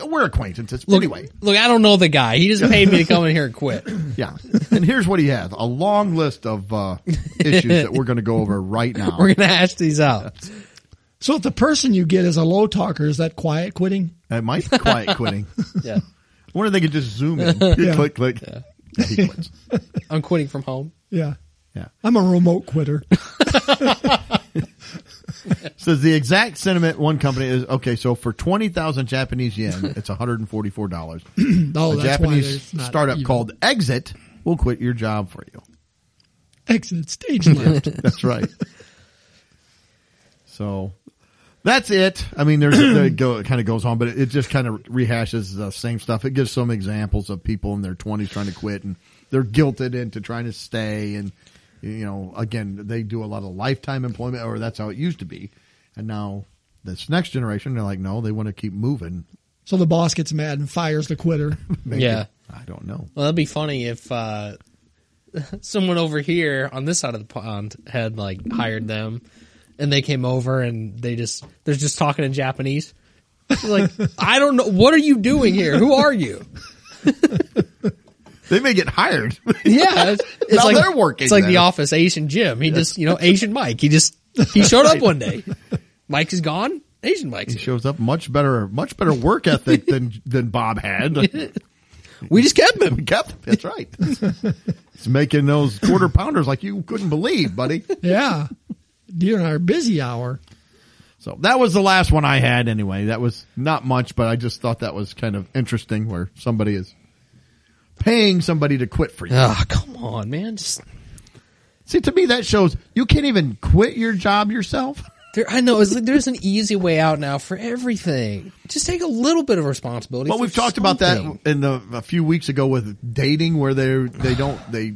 we're acquaintances. Look, anyway, look, I don't know the guy. He just paid me to come in here and quit. yeah. and here's what he has: a long list of uh, issues that we're going to go over right now. We're gonna hash these out. So if the person you get is a low talker, is that quiet quitting? It might be quiet quitting. I Yeah, wonder if they could just zoom in. Click, click. Yeah, he quits. I'm quitting from home. Yeah. Yeah. I'm a remote quitter. Oh, Says the exact sentiment one company is okay. So for twenty thousand Japanese yen, it's one hundred and forty four dollars. Oh, a that's why Japanese there's not startup even- called Exit will quit your job for you. Exit Stage Left. That's right. so that's it. I mean, there's there it go, it kind of goes on, but it, it just kind of rehashes the same stuff. It gives some examples of people in their 20s trying to quit and they're guilted into trying to stay. And, you know, again, they do a lot of lifetime employment, or that's how it used to be. And now this next generation, they're like, no, they want to keep moving. so the boss gets mad and fires the quitter. Maybe. Yeah. I don't know. Well, that'd be funny if uh, someone over here on this side of the pond had like hired them, and they came over and they just they're just talking in Japanese. Like, I don't know what are you doing here? Who are you? They may get hired. Yeah, it's, it's Now like they're working It's like the there. office Asian Jim. He just you know Asian Mike. He just he showed up one day. Mike is gone. Asian Mike's. he Here. shows up much better, much better work ethic than, than Bob had. We just kept him. We kept him. That's right. He's making those quarter pounders like you couldn't believe, buddy. Yeah. During our busy hour. So that was the last one I had anyway. That was not much, but I just thought that was kind of interesting where somebody is paying somebody to quit for you. Oh, come on, man. Just See, to me, that shows you can't even quit your job yourself. there, I know. It's like, there's an easy way out now for everything. Just take a little bit of responsibility. Well, for we've talked about that something. in the, a few weeks ago with dating where they they don't, they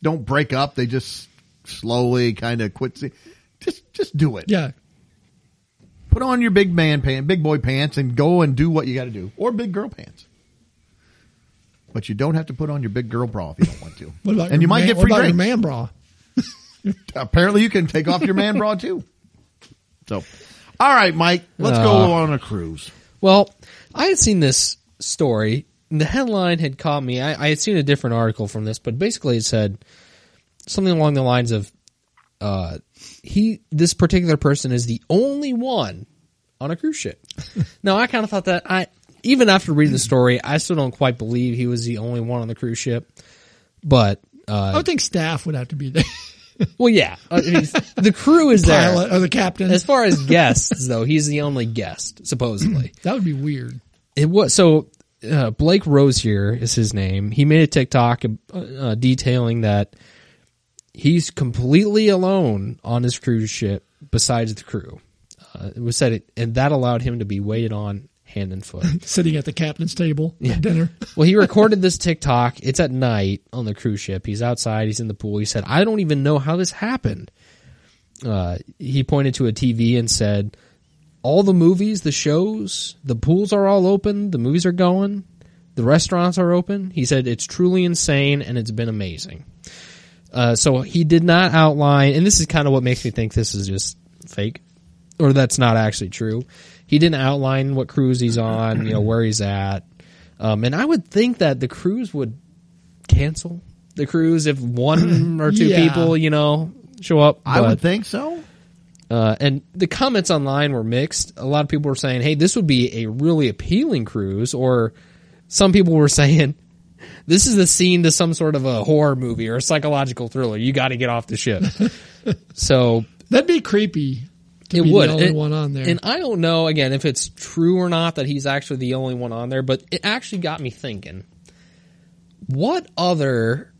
don't break up. They just slowly kind of quit. See, just, just do it. Yeah. put on your big man pants, big boy pants, and go and do what you got to do, or big girl pants. But you don't have to put on your big girl bra if you don't want to. What about and your you might man, get what free about your drinks. man bra? Apparently, you can take off your man bra too. So, all right, Mike, let's Uh, go on a cruise. Well, I had seen this story. And the headline had caught me. I, I had seen a different article from this, but basically it said something along the lines of, uh, "He, this particular person is the only one on a cruise ship." now, I kind of thought that I, even after reading the story, I still don't quite believe he was the only one on the cruise ship. But I uh, would think staff would have to be there. well, yeah, I mean, the crew is there. Pilot or the captain. As far as guests, though, he's the only guest supposedly. That would be weird. it was so uh, Blake Rosier is his name. He made a TikTok uh, uh, detailing that he's completely alone on his cruise ship besides the crew. uh, it was said, it, and that allowed him to be waited on hand and foot. sitting at the captain's table Yeah. at dinner. Well, he recorded this TikTok. It's at night on the cruise ship. He's outside. He's in the pool. He said, "I don't even know how this happened." Uh, he pointed to a TV and said, "All the movies, the shows, the pools are all open. The movies are going. The restaurants are open." He said, "It's truly insane, and it's been amazing." Uh, so he did not outline, and this is kind of what makes me think this is just fake, or that's not actually true. He didn't outline what cruise he's on, you know, where he's at. Um, and I would think that the cruise would cancel the cruise if one or two Yeah. people, you know, show up. I but- would think so. uh, and the comments online were mixed. A lot of people were saying, "Hey, this would be a really appealing cruise," or some people were saying, "This is the scene to some sort of a horror movie or a psychological thriller. You got to get off the ship." so That'd be creepy to it be would. the only It- one on there. And I don't know again if it's true or not that he's actually the only one on there, but it actually got me thinking. What other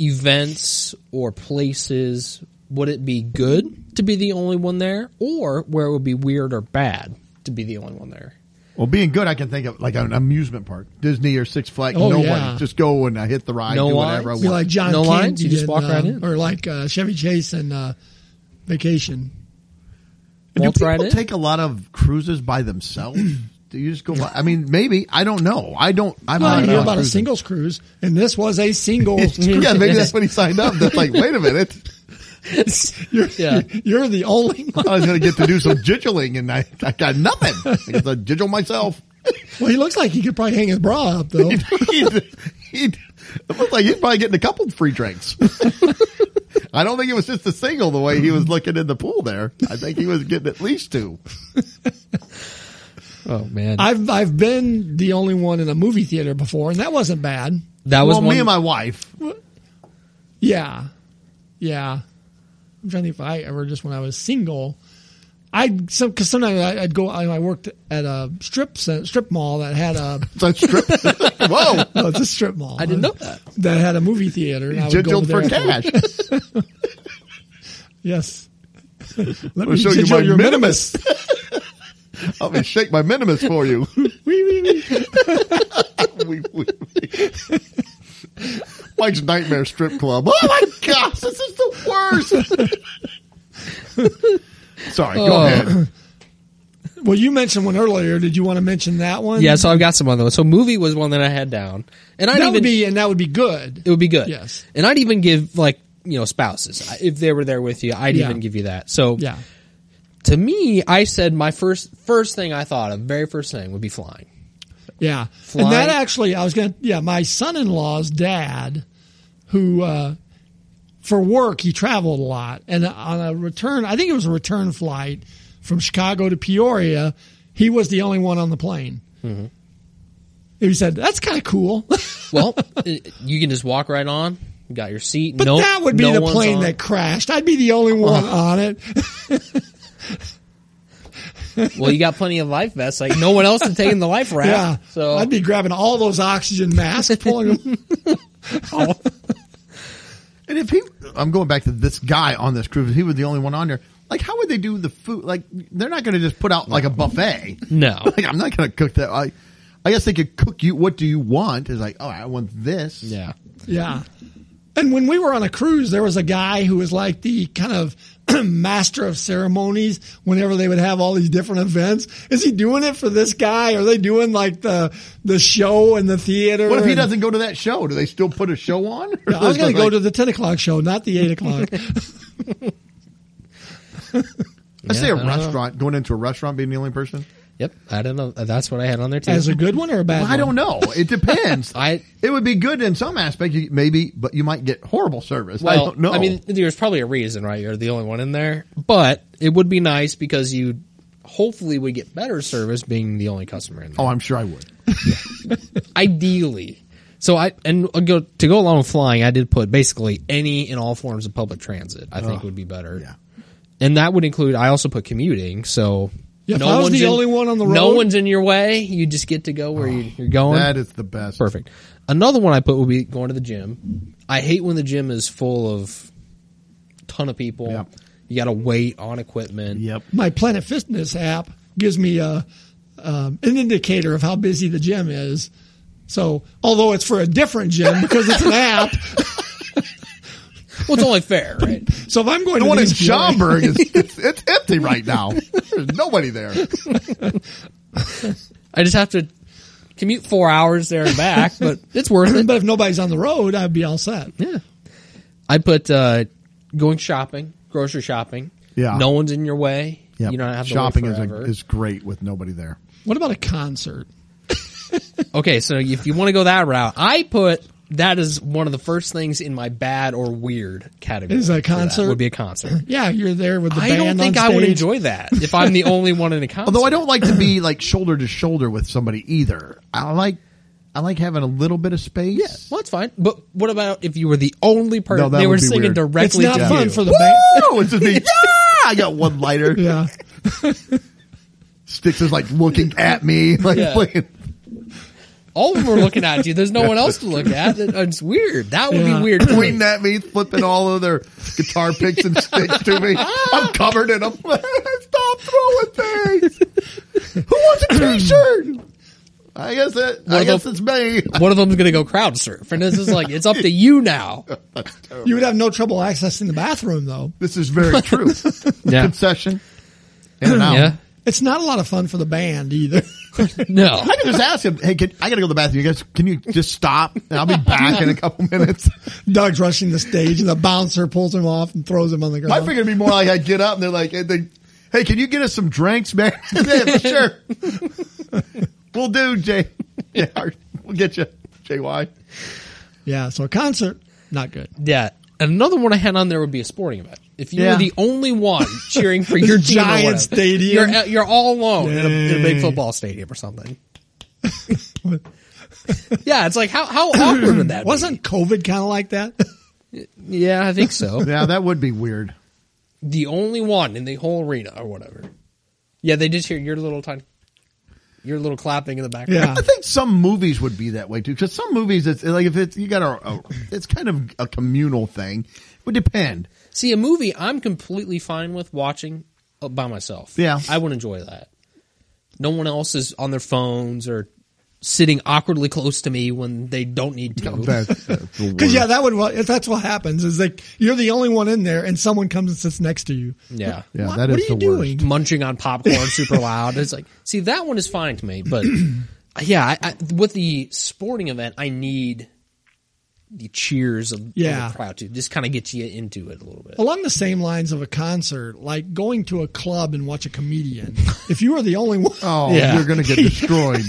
events or places would it be good to be the only one there, or where it would be weird or bad to be the only one there? Well, being good, I can think of like an amusement park, Disney or Six Flags. Oh, no yeah. one, just go and I hit the ride, No do whatever lines? I be want. like John No Candy lines? You just did, walk right uh, in. or like uh, Chevy Chase and uh, Vacation. And do Waltz people right in? take a lot of cruises by themselves? do you just go? By, I mean, maybe I don't know. I don't. Oh, I'm Well, not you good hear on about a cruising. singles cruise, and this was a singles cruise. yeah, maybe that's when he signed up. That's like, wait a minute, You're, Yeah. you're the only one. I was going to get to do some jiggling, and I, I got nothing. I got to jiggle myself. Well, he looks like he could probably hang his bra up, though. he it looked like he's probably getting a couple free drinks. I don't think it was just a single the way he was looking in the pool there. I think he was getting at least two. Oh man, I've I've been the only one in a movie theater before, and that wasn't bad. that was well, one, me and my wife. Yeah, yeah. I'm trying to think if I ever just when I was single, I some because sometimes I, I'd go. I, I worked at a strip cen- strip mall that had a So I stripped. Whoa, no, it's a strip mall. I didn't know that. that had a movie theater. And I would go jiggled over there for after- cash. Yes. Let I'll show you jiggle my your minimus. I'm going to shake my minimus for you. Wee, wee, wee. We- we- Mike's Nightmare Strip Club. Oh my gosh, this is the worst. Sorry, go Oh. ahead. Well, you mentioned one earlier. Did you want to mention that one? yeah. So I've got some on those. So movie was one that I had down, and I that didn't would even be and that would be good. it would be good. Yes. and I'd even give like you know spouses I- if they were there with you. I'd Yeah. even give you that. So Yeah. to me, I said my first first thing I thought of, very first thing would be flying. Yeah. Flying- And that actually, I was going to, yeah, my son in law's dad, who, uh, for work, he traveled a lot. And on a return, I think it was a return flight from Chicago to Peoria, he was the only one on the plane. Mm-hmm. He said, that's kind of cool. Well, it- you can just walk right on. You got your seat. But no, that would be no the one's plane on. Uh-huh. that crashed. I'd be the only one on it. Well, you got plenty of life vests. Like no one else is taking the life raft. Yeah. So I'd be grabbing all those oxygen masks, pulling them. Oh. And if he, I'm going back to this guy on this cruise. He was the only one on there. Like, how would they do the food? Like, they're not going to just put out like a buffet. No. like I'm not going to cook that. I, I guess they could cook you. What do you want? Is like, oh, I want this. yeah. Yeah. And when we were on a cruise, there was a guy who was like the kind of master of ceremonies whenever they would have all these different events. Is he doing it for this guy? Are they doing like the the show and the theater? What if he and- doesn't go to that show? Do they still put a show on? Yeah, I was going to go to the 10 o'clock show, not the 8 o'clock. I say Yeah, a I don't know. restaurant. Going into a restaurant, being the only person. Yep. I don't know. That's what I had on there too. As a good one or a bad I don't one? know. It depends. I- it would be good in some aspect, you- maybe, but you might get horrible service. well, I don't know. I mean, there's probably a reason, right? You're the only one in there, but it would be nice because you hopefully would get better service being the only customer in there. oh, I'm sure I would. Oh. ideally. So I and go to go along with flying, I did put basically any and all forms of public transit. I Oh. think would be better. yeah. and that would include. I also put commuting. So Yeah, if I was the only one on the No road- Oh. one's in your way. You just get to go where you, you're going. That is the best. Perfect. Another one I put would be going to the gym. I hate when the gym is full of ton of people. Yeah. You got to wait on equipment. Yep. my Planet Fitness app gives me a um, an indicator of how busy the gym is. So, although it's for a different gym because it's an app, Well, it's only fair, right? so if I'm going The to one in these GLA Schaumburg is it's, it's empty right now. There's nobody there. I just have to commute four hours there and back, but it's worth it. but if nobody's on the road, I'd be all set. Yeah. I put uh, going shopping, grocery shopping. Yeah. No one's in your way. Yep. You don't have to shopping wait is forever. a, is great with nobody there. What about a concert? Okay, so if you want to go that route, I put that is one of the first things in my bad or weird category. Is a for that concert? would be a concert. Yeah, you're there with the I band don't think on I stage. would enjoy that if I'm the only one in a concert. Although I don't like to be like shoulder to shoulder with somebody either. I like I like having a little bit of space. Yeah, well, that's fine. But what about if you were the only person? No, that they were would be singing weird. It's directly not to fun you. for the band. Oh, it's just me. Yeah, I got one lighter. Yeah, Sticks is like looking at me, like Yeah. playing. All of them are looking at you. There's no one else to look at. That- It's weird. That would Yeah. be weird. to me. pointing at me, flipping all of their guitar picks and sticks to me. I'm covered in them. Stop throwing things. Who wants a T-shirt? I guess it. I Well, guess the- it's me. One of them's going to go crowd surf, and this is like it's up to you now. you would have no trouble accessing the bathroom though. This is very true. Yeah. Concession. In and out. Yeah. It's not a lot of fun for the band either. No. I can just ask him. Hey, can, I gotta go to the bathroom. You guys, can you just stop? And I'll be back in a couple minutes. Doug's rushing the stage, and the bouncer pulls him off and throws him on the I ground. figured it'd be more like I would get up and they're like, and they, "Hey, can you get us some drinks, man?" yeah, for sure. we'll do, Jay. Yeah, we'll get you, JY. yeah, so a concert, not good. Yeah. Another one I had on there would be a sporting event. If you Yeah. were the only one cheering for your team or giant whatever, stadium. you're, you're all alone in a, in a big Yay. football stadium or something. yeah, it's like how how awkward would that be? Wasn't COVID kind of like that? Yeah, I think so. Yeah, that would be weird. the only one in the whole arena or whatever. Yeah, they just hear your little tiny, your little clapping in the background. Yeah. I think some movies would be that way too, because some movies, it's like if it's you got a, a, it's kind of a communal thing. It would depend. See, a movie I'm completely fine with watching uh, by myself. Yeah. I would enjoy that. No one else is on their phones or sitting awkwardly close to me when they don't need to. Because yeah, that would what that's what happens is like you're the only one in there, and someone comes and sits next to you. yeah. Yeah, what, that what is are you the worst. doing? Munching on popcorn super loud. It's like, see, that one is fine to me, but yeah, I, I, with the sporting event, I need the cheers of, of Yeah. the crowd to just kind of get you into it a little bit. Along the same lines of a concert, like going to a club and watch a comedian. if you are the only one, Oh, Yeah. you're gonna get destroyed.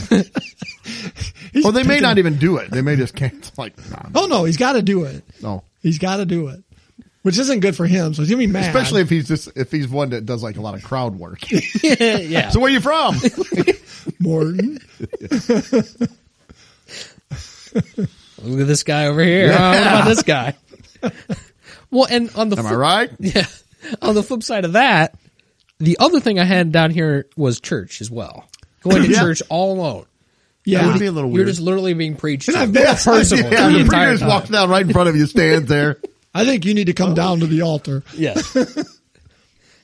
he's or they may picking- not even do it. They may just cancel. Like, nah, Oh no, he's got to do it. no. He's got to do it, which isn't good for him. So he's gonna be mad. Especially if he's just if he's one that does like a lot of crowd work. yeah. so where you from? Morton. Look at this guy over here. Uh, what about this guy? well, and on the Am I flip- right? Yeah. On the flip side of that, the other thing I had down here was church as well. Going to Yeah. church all alone. That Yeah, would be a little You're weird. just literally being preached to. I've been a person Personally, yeah, the the entire preacher just time. walks down right in front of you, stands there. I think you need to Oh. come down to the altar. Yes.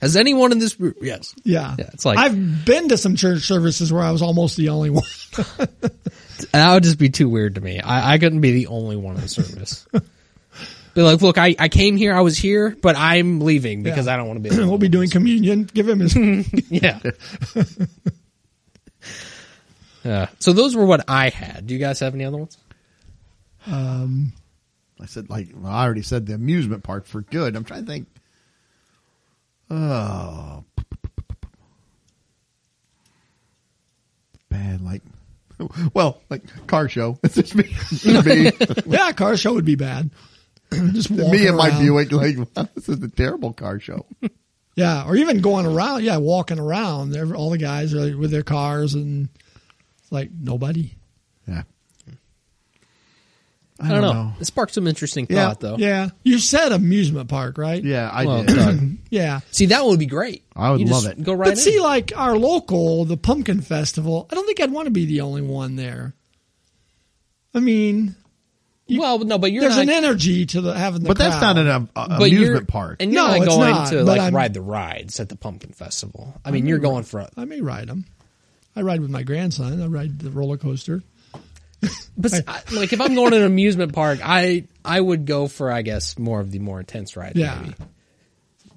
Has anyone in this group? Yes. Yeah. Yeah, it's like- I've been to some church services where I was almost the only one. That would just be too weird to me. I, I couldn't be the only one in service. be like, look, I, I came here, I was here, but I'm leaving because Yeah. I don't want to be. the only we'll be one. doing communion. Give him his. Yeah. yeah. So those were what I had. Do you guys have any other ones? um, I said like well, I already said the amusement park for good. I'm trying to think. Oh, bad like. Well, like car show. It's just me, me, yeah, car show would be bad. Just walking me and my around. Buick. Like wow, this is a terrible car show. Yeah, or even going around. Yeah, walking around. They're- All the guys are with their cars and it's like nobody. Yeah, I don't, know. It sparked some interesting Yeah. thought, though. Yeah, you said amusement park, right? Oh. Yeah, I Well, did. Doug, yeah. see, that would be great. I would You just love it. Go right. But see, in. like our local, the pumpkin festival. I don't think I'd want to be the only one there. I mean, well, no, but you're There's not. an energy to the having the but that's crowd. not an um, uh, but you're, amusement park. and you're No, not it's going not, to but like I'm- ride the rides at the pumpkin festival. I mean, you're going for. A, I may ride them. I ride with my grandson. I ride the roller coaster. but I, like if I'm going to an amusement park, I I would go for I guess more of the more intense rides. Yeah. Maybe.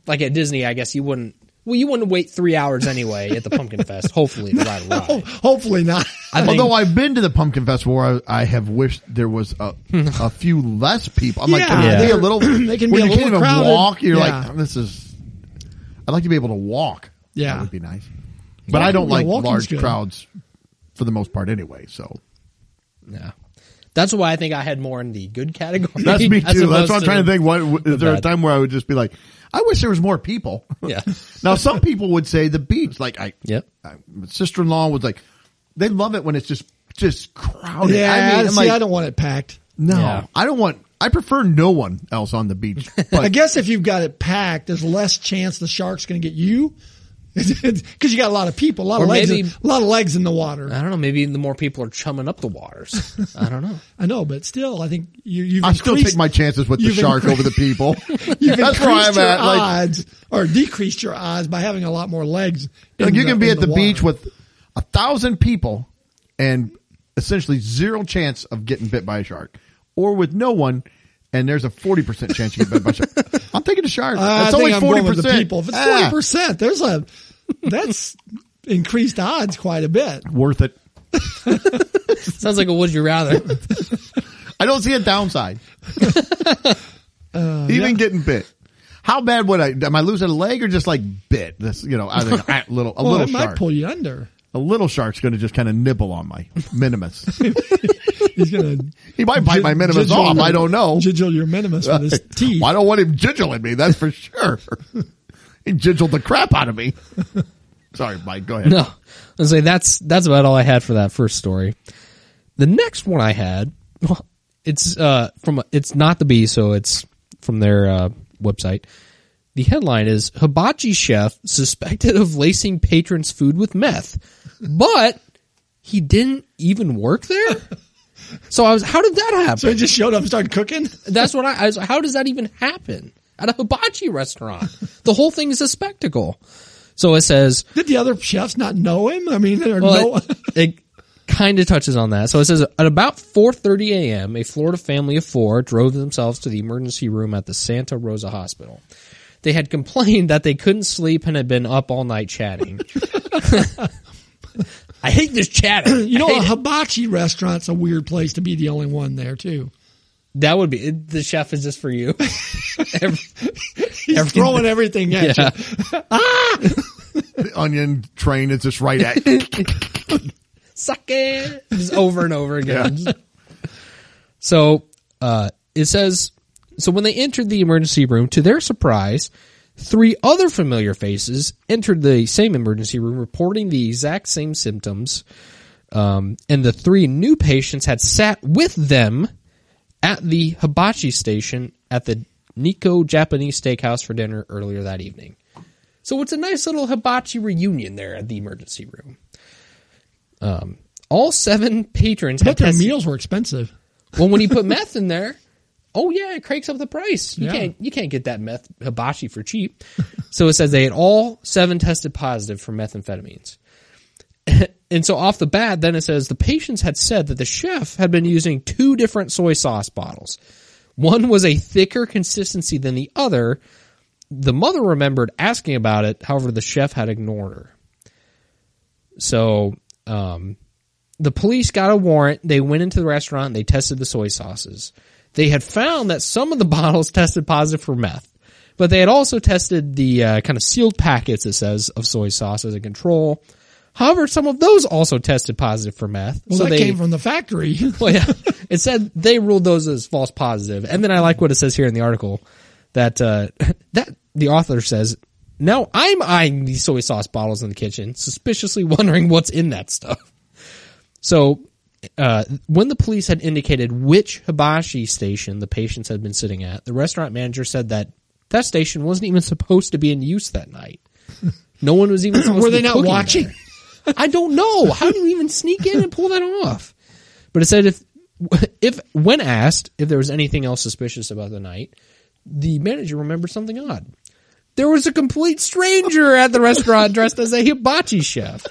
Like at Disney, I guess you wouldn't. Well, you wouldn't wait three hours anyway at the pumpkin fest. Hopefully, to ride a ride. Oh, hopefully not. I think- Although I've been to the pumpkin festival, where I, I have wished there was a, a few less people. I'm like, Hmm. Yeah, can it be a they're- little? they can when be you a little can't even crowded. walk. You're Yeah. like, this is. I'd like to be able to walk. Yeah. that would be nice. But I Walking- don't yeah, like walking's large good. crowds for the most part, anyway. So Yeah. That's why I think I had more in the good category. that's me as too. That's opposed what I'm trying to the- think. What is there a bad. time where I would just be like, I wish there was more people. Yeah. now some people would say the beach. Like I, Yep. sister in law was like, they love it when it's just just crowded. yeah, I mean, I'm see, like, I don't want it packed. No, Yeah. I don't want. I prefer no one else on the beach. I But guess if you've got it packed, there's less chance the shark's going to get you because you got a lot of people, a lot Or of legs, maybe- a lot of legs in the water. I don't know. Maybe the more people are chumming up the waters. I don't know. I know, but still, I think you, you've. I still take increased- my chances with the you've shark over the people. You've That's where increased I'm your at. Like, odds or decreased your odds by having a lot more legs. in like, you can be in at the, beach water. with a thousand people and essentially zero chance of getting bit by a shark, or with no one. And there's a forty percent chance you get bit by a shark. I'm taking the shark. I That's think only I'm forty going with the percent. Ah. people. If it's forty percent, there's a that's increased odds quite a bit. worth it. Sounds like a would you rather. I don't see a downside. Uh, Even getting bit. How bad would I? Am I losing a leg or just like bit? This, you know, I think ah, little a Well, little it might shark. pull you under. a little shark's going to just kind of nibble on my minimus. He's gonna he might bite my minimus Jiggle off. your- I don't know. Jiggle your minimus with his teeth. Well, I don't want him jiggling me. That's for sure. he jiggled the crap out of me. Sorry, Mike. Go ahead. No, I was like that's that's about all I had for that first story. The next one I had, it's uh from it's not the bee, so it's from their uh, website. The headline is Hibachi chef suspected of lacing patrons' food with meth, but he didn't even work there. So I was, how did that happen? So he just showed up and started cooking. That's what I, I was, how does that even happen at a hibachi restaurant? The whole thing is a spectacle. So it says Did the other chefs not know him? I mean, there are well, no. it, kind of touches on that. So it says at about 4:30 a.m., a Florida family of four drove themselves to the emergency room at the Santa Rosa Hospital. They had complained that they couldn't sleep and had been up all night chatting. I hate this chatting. You know, I a hate it. hibachi restaurant's a weird place to be the only one there too. that would be the chef is just for you. Every- He's Everything- throwing everything at yeah. you. The onion train is just right at you. suck it just over and over again so uh, it says so when they entered the emergency room to their surprise three other familiar faces entered the same emergency room reporting the exact same symptoms um, and the three new patients had sat with them at the hibachi station at the Nikko Japanese Steakhouse for dinner earlier that evening. So it's a nice little hibachi reunion there at the emergency room. Um, all seven patrons But had their tested. meals were expensive. Well, when you put meth in there, oh yeah, it cranks up the price. You Yeah. can't you can't get that meth hibachi for cheap. so it says they had all seven tested positive for methamphetamines. And so off the bat, then it says the patients had said that the chef had been using two different soy sauce bottles. One was a thicker consistency than the other. The mother remembered asking about it, however, the chef had ignored her. So um, the police got a warrant. They went into the restaurant. And they tested the soy sauces. They had found that some of the bottles tested positive for meth, but they had also tested the uh, kind of sealed packets, it says, of soy sauce as a control. However, some of those also tested positive for meth. Well, so that they, came from the factory. well, yeah. It said they ruled those as false positive. And then I like what it says here in the article that uh, that the author says, "Now I'm eyeing these soy sauce bottles in the kitchen, suspiciously wondering what's in that stuff." So, uh, when the police had indicated which hibachi station the patients had been sitting at, the restaurant manager said that that station wasn't even supposed to be in use that night. No one was even. supposed Were to they be not cooking watching? there. I don't know. How do you even sneak in and pull that off? But it said if if when asked if there was anything else suspicious about the night, the manager remembered something odd. There was a complete stranger at the restaurant dressed as a hibachi chef.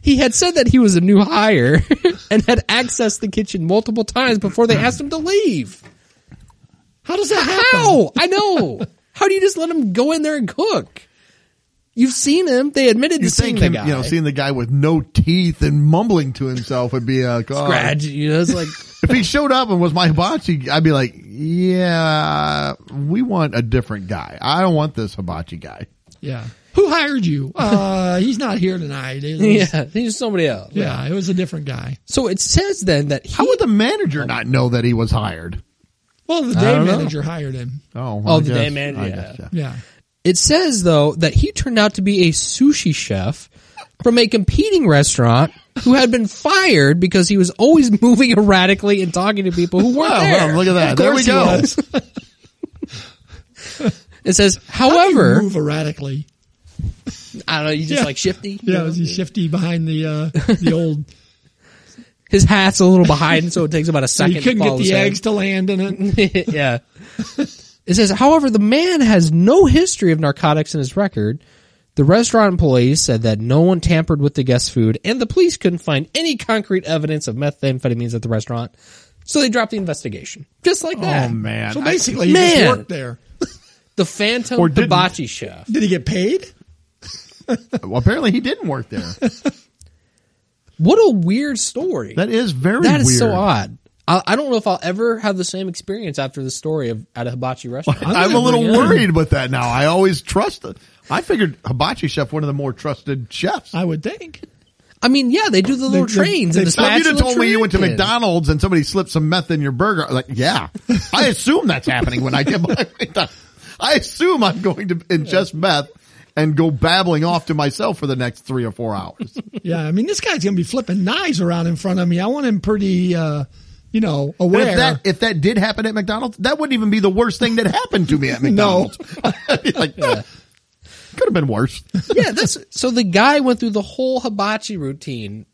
He had said that he was a new hire and had accessed the kitchen multiple times before they asked him to leave. How does that happen? How? I know. How do you just let him go in there and cook? You've seen him. They admitted to You seeing think the him, guy. you know, seeing the guy with no teeth and mumbling to himself would be like, oh. Grad, you know, it's like If he showed up and was my hibachi, I'd be like, yeah, we want a different guy. I don't want this hibachi guy. Yeah. Who hired you? Uh, he's not here tonight. It was- yeah, he's somebody else. yeah, it was a different guy. So it says then that he How would the manager not know that he was hired? Well, the I day don't know. manager hired him. Oh, Oh, I the guess- day manager, I yeah. guess, Yeah. It says though that he turned out to be a sushi chef from a competing restaurant who had been fired because he was always moving erratically and talking to people who weren't Wow, there. wow, Oh, look at that. Of Ah, There course we he go. was. it says, How do you however, move erratically. I don't know, you just Yeah. like shifty. Yeah, was he shifty behind the uh, the old? His hat's a little behind, so it takes about a so second. you couldn't to get follow the his head. eggs to land in it. yeah. It says, however, the man has no history of narcotics in his record. The restaurant employees said that no one tampered with the guest food, and the police couldn't find any concrete evidence of methamphetamines at the restaurant, so they dropped the investigation. Just like Oh that. man! So I- basically, he Man. just worked there. The phantom Or didn't. hibachi chef. Did he get paid? well, apparently he didn't work there. What a weird story. That is very that is weird. so odd. I, I don't know if I'll ever have the same experience after the story of at a hibachi restaurant. I'm a little bring it in. worried with that now. I always trust it. I figured hibachi chef, one of the more trusted chefs. I would think. I mean, yeah, they do the little they- trains they- and the So Now, if you'd have spatula told me you went to train. McDonald's and somebody slipped some meth in your burger, like, yeah, I assume that's happening when I get my. McDonald's. I assume I'm going to ingest meth and go babbling off to myself for the next three or four hours. Yeah, I mean, this guy's gonna be flipping knives around in front of me. I want him pretty, uh, you know, And aware. if that if that did happen at McDonald's, that wouldn't even be the worst thing that happened to me at McDonald's. I'd be like, "Eh, could have been worse. yeah, that's so the guy went through the whole hibachi routine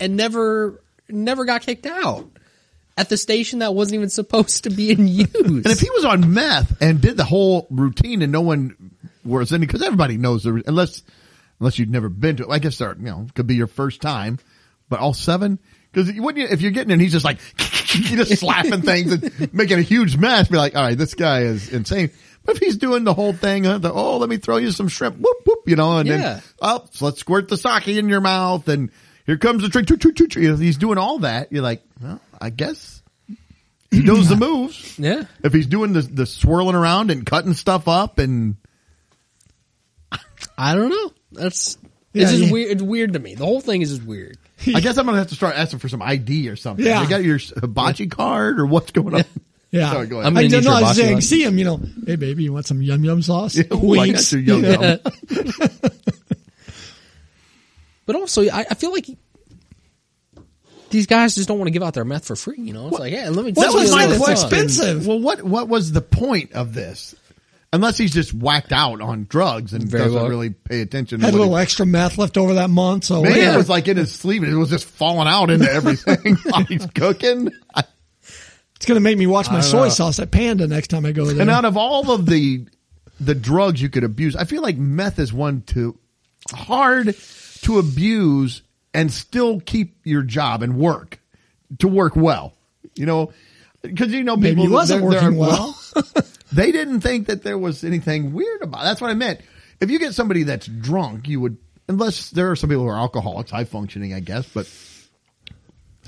and never never got kicked out at the station that wasn't even supposed to be in use. And if he was on meth and did the whole routine and no one was in, because everybody knows the unless unless you've never been to it. I guess there, you know, could be your first time, but all seven. Because wouldn't you, if you're getting in, he's just like you're just slapping things and making a huge mess. Be like, all right, this guy is insane. But if he's doing the whole thing, uh, the, oh, let me throw you some shrimp, whoop whoop, you know, and Yeah. then oh, so let's squirt the sake in your mouth, and here comes the drink. Choo, choo, choo, choo. You know, He's doing all that. You're like, well, I guess he knows the moves yeah. if he's doing the the swirling around and cutting stuff up and I don't know. That's Yeah, it's just yeah. weird it's weird to me. The whole thing is just weird. I guess I'm gonna have to start asking for some ID or something. Yeah. You got your hibachi card or what's going on? yeah, Sorry, go I, ahead. I'm gonna don't need know. your I was bossy saying, license. see him. You know, hey baby, you want some yum yum sauce? Ooh, I got Winks. your yum yum. But also I, I feel like these guys just don't want to give out their meth for free, you know? It's like, yeah, let me Well, tell that's you why what's it's up. expensive. Well, what what was the point of this? Unless he's just whacked out on drugs and Very doesn't well. really pay attention. to Had a what little he- extra meth left over that month, so Maybe yeah. it was like in his sleeve. and It was just falling out into everything while he's cooking. I- it's going to make me watch my don't soy know. sauce at Panda next time I go there. And out of all of the the drugs you could abuse, I feel like meth is one to hard to abuse and still keep your job and work to work well. You know, because you know Maybe people he wasn't they're- they're- working well. they didn't think that there was anything weird about. It. That's what I meant. If you get somebody that's drunk, you would unless there are some people who are alcoholics, high functioning, I guess, but.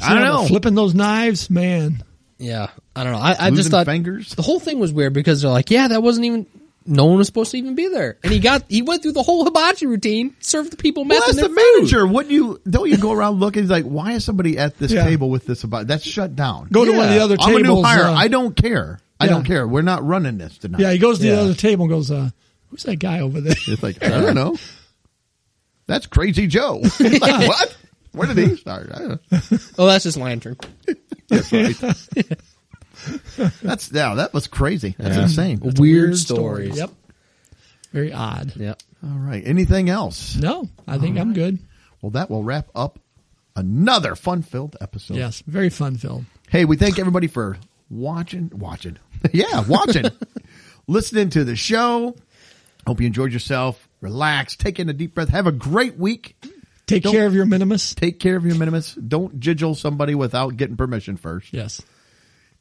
I See don't him know. Flipping those knives, man. Yeah, I don't know. I, I just Losing thought fingers? the whole thing was weird because they're like, yeah, that wasn't even. No one was supposed to even be there, and he got he went through the whole hibachi routine, served the people meth Well, and that's their the food. manager. Wouldn't you? Don't you go around looking? He's like, why is somebody at this Yeah. table with this about? That's shut down. Go to one of the Yeah. other I'm tables. a new hire. uh, I don't care. I yeah. don't care. We're not running this tonight. yeah, he goes to Yeah. the other table and goes, uh, "Who's that guy over there?" It's like I don't know. That's crazy, Joe. Like, what? Where did he start? I don't know. Oh, that's just lantern. That's right. That's yeah. That was crazy. That's Yeah. insane. Weird, stories. Yep. Very odd. Yep. All right. Anything else? No, I think I'm good. Well, that will wrap up another fun filled episode. Yes, very fun film. Hey, we thank everybody for watching, watching. yeah, watching, listening to the show. Hope you enjoyed yourself. Relax, take in a deep breath. Have a great week. Take Don't- care of your minimus. Take care of your minimus. Don't jiggle somebody without getting permission first. Yes.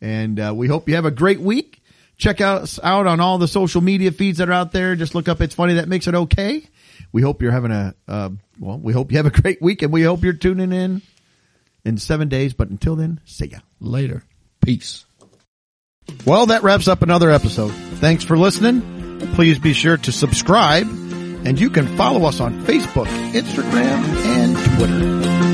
And uh, we hope you have a great week. Check us out on all the social media feeds that are out there. Just look up It's Funny That Makes It Okay. We hope you're having a, uh, well, we hope you have a great week and we hope you're tuning in in seven days. But until then, see ya. Later. Peace. Well, that wraps up another episode. Thanks for listening. Please be sure to subscribe and you can follow us on Facebook, Instagram, and Twitter.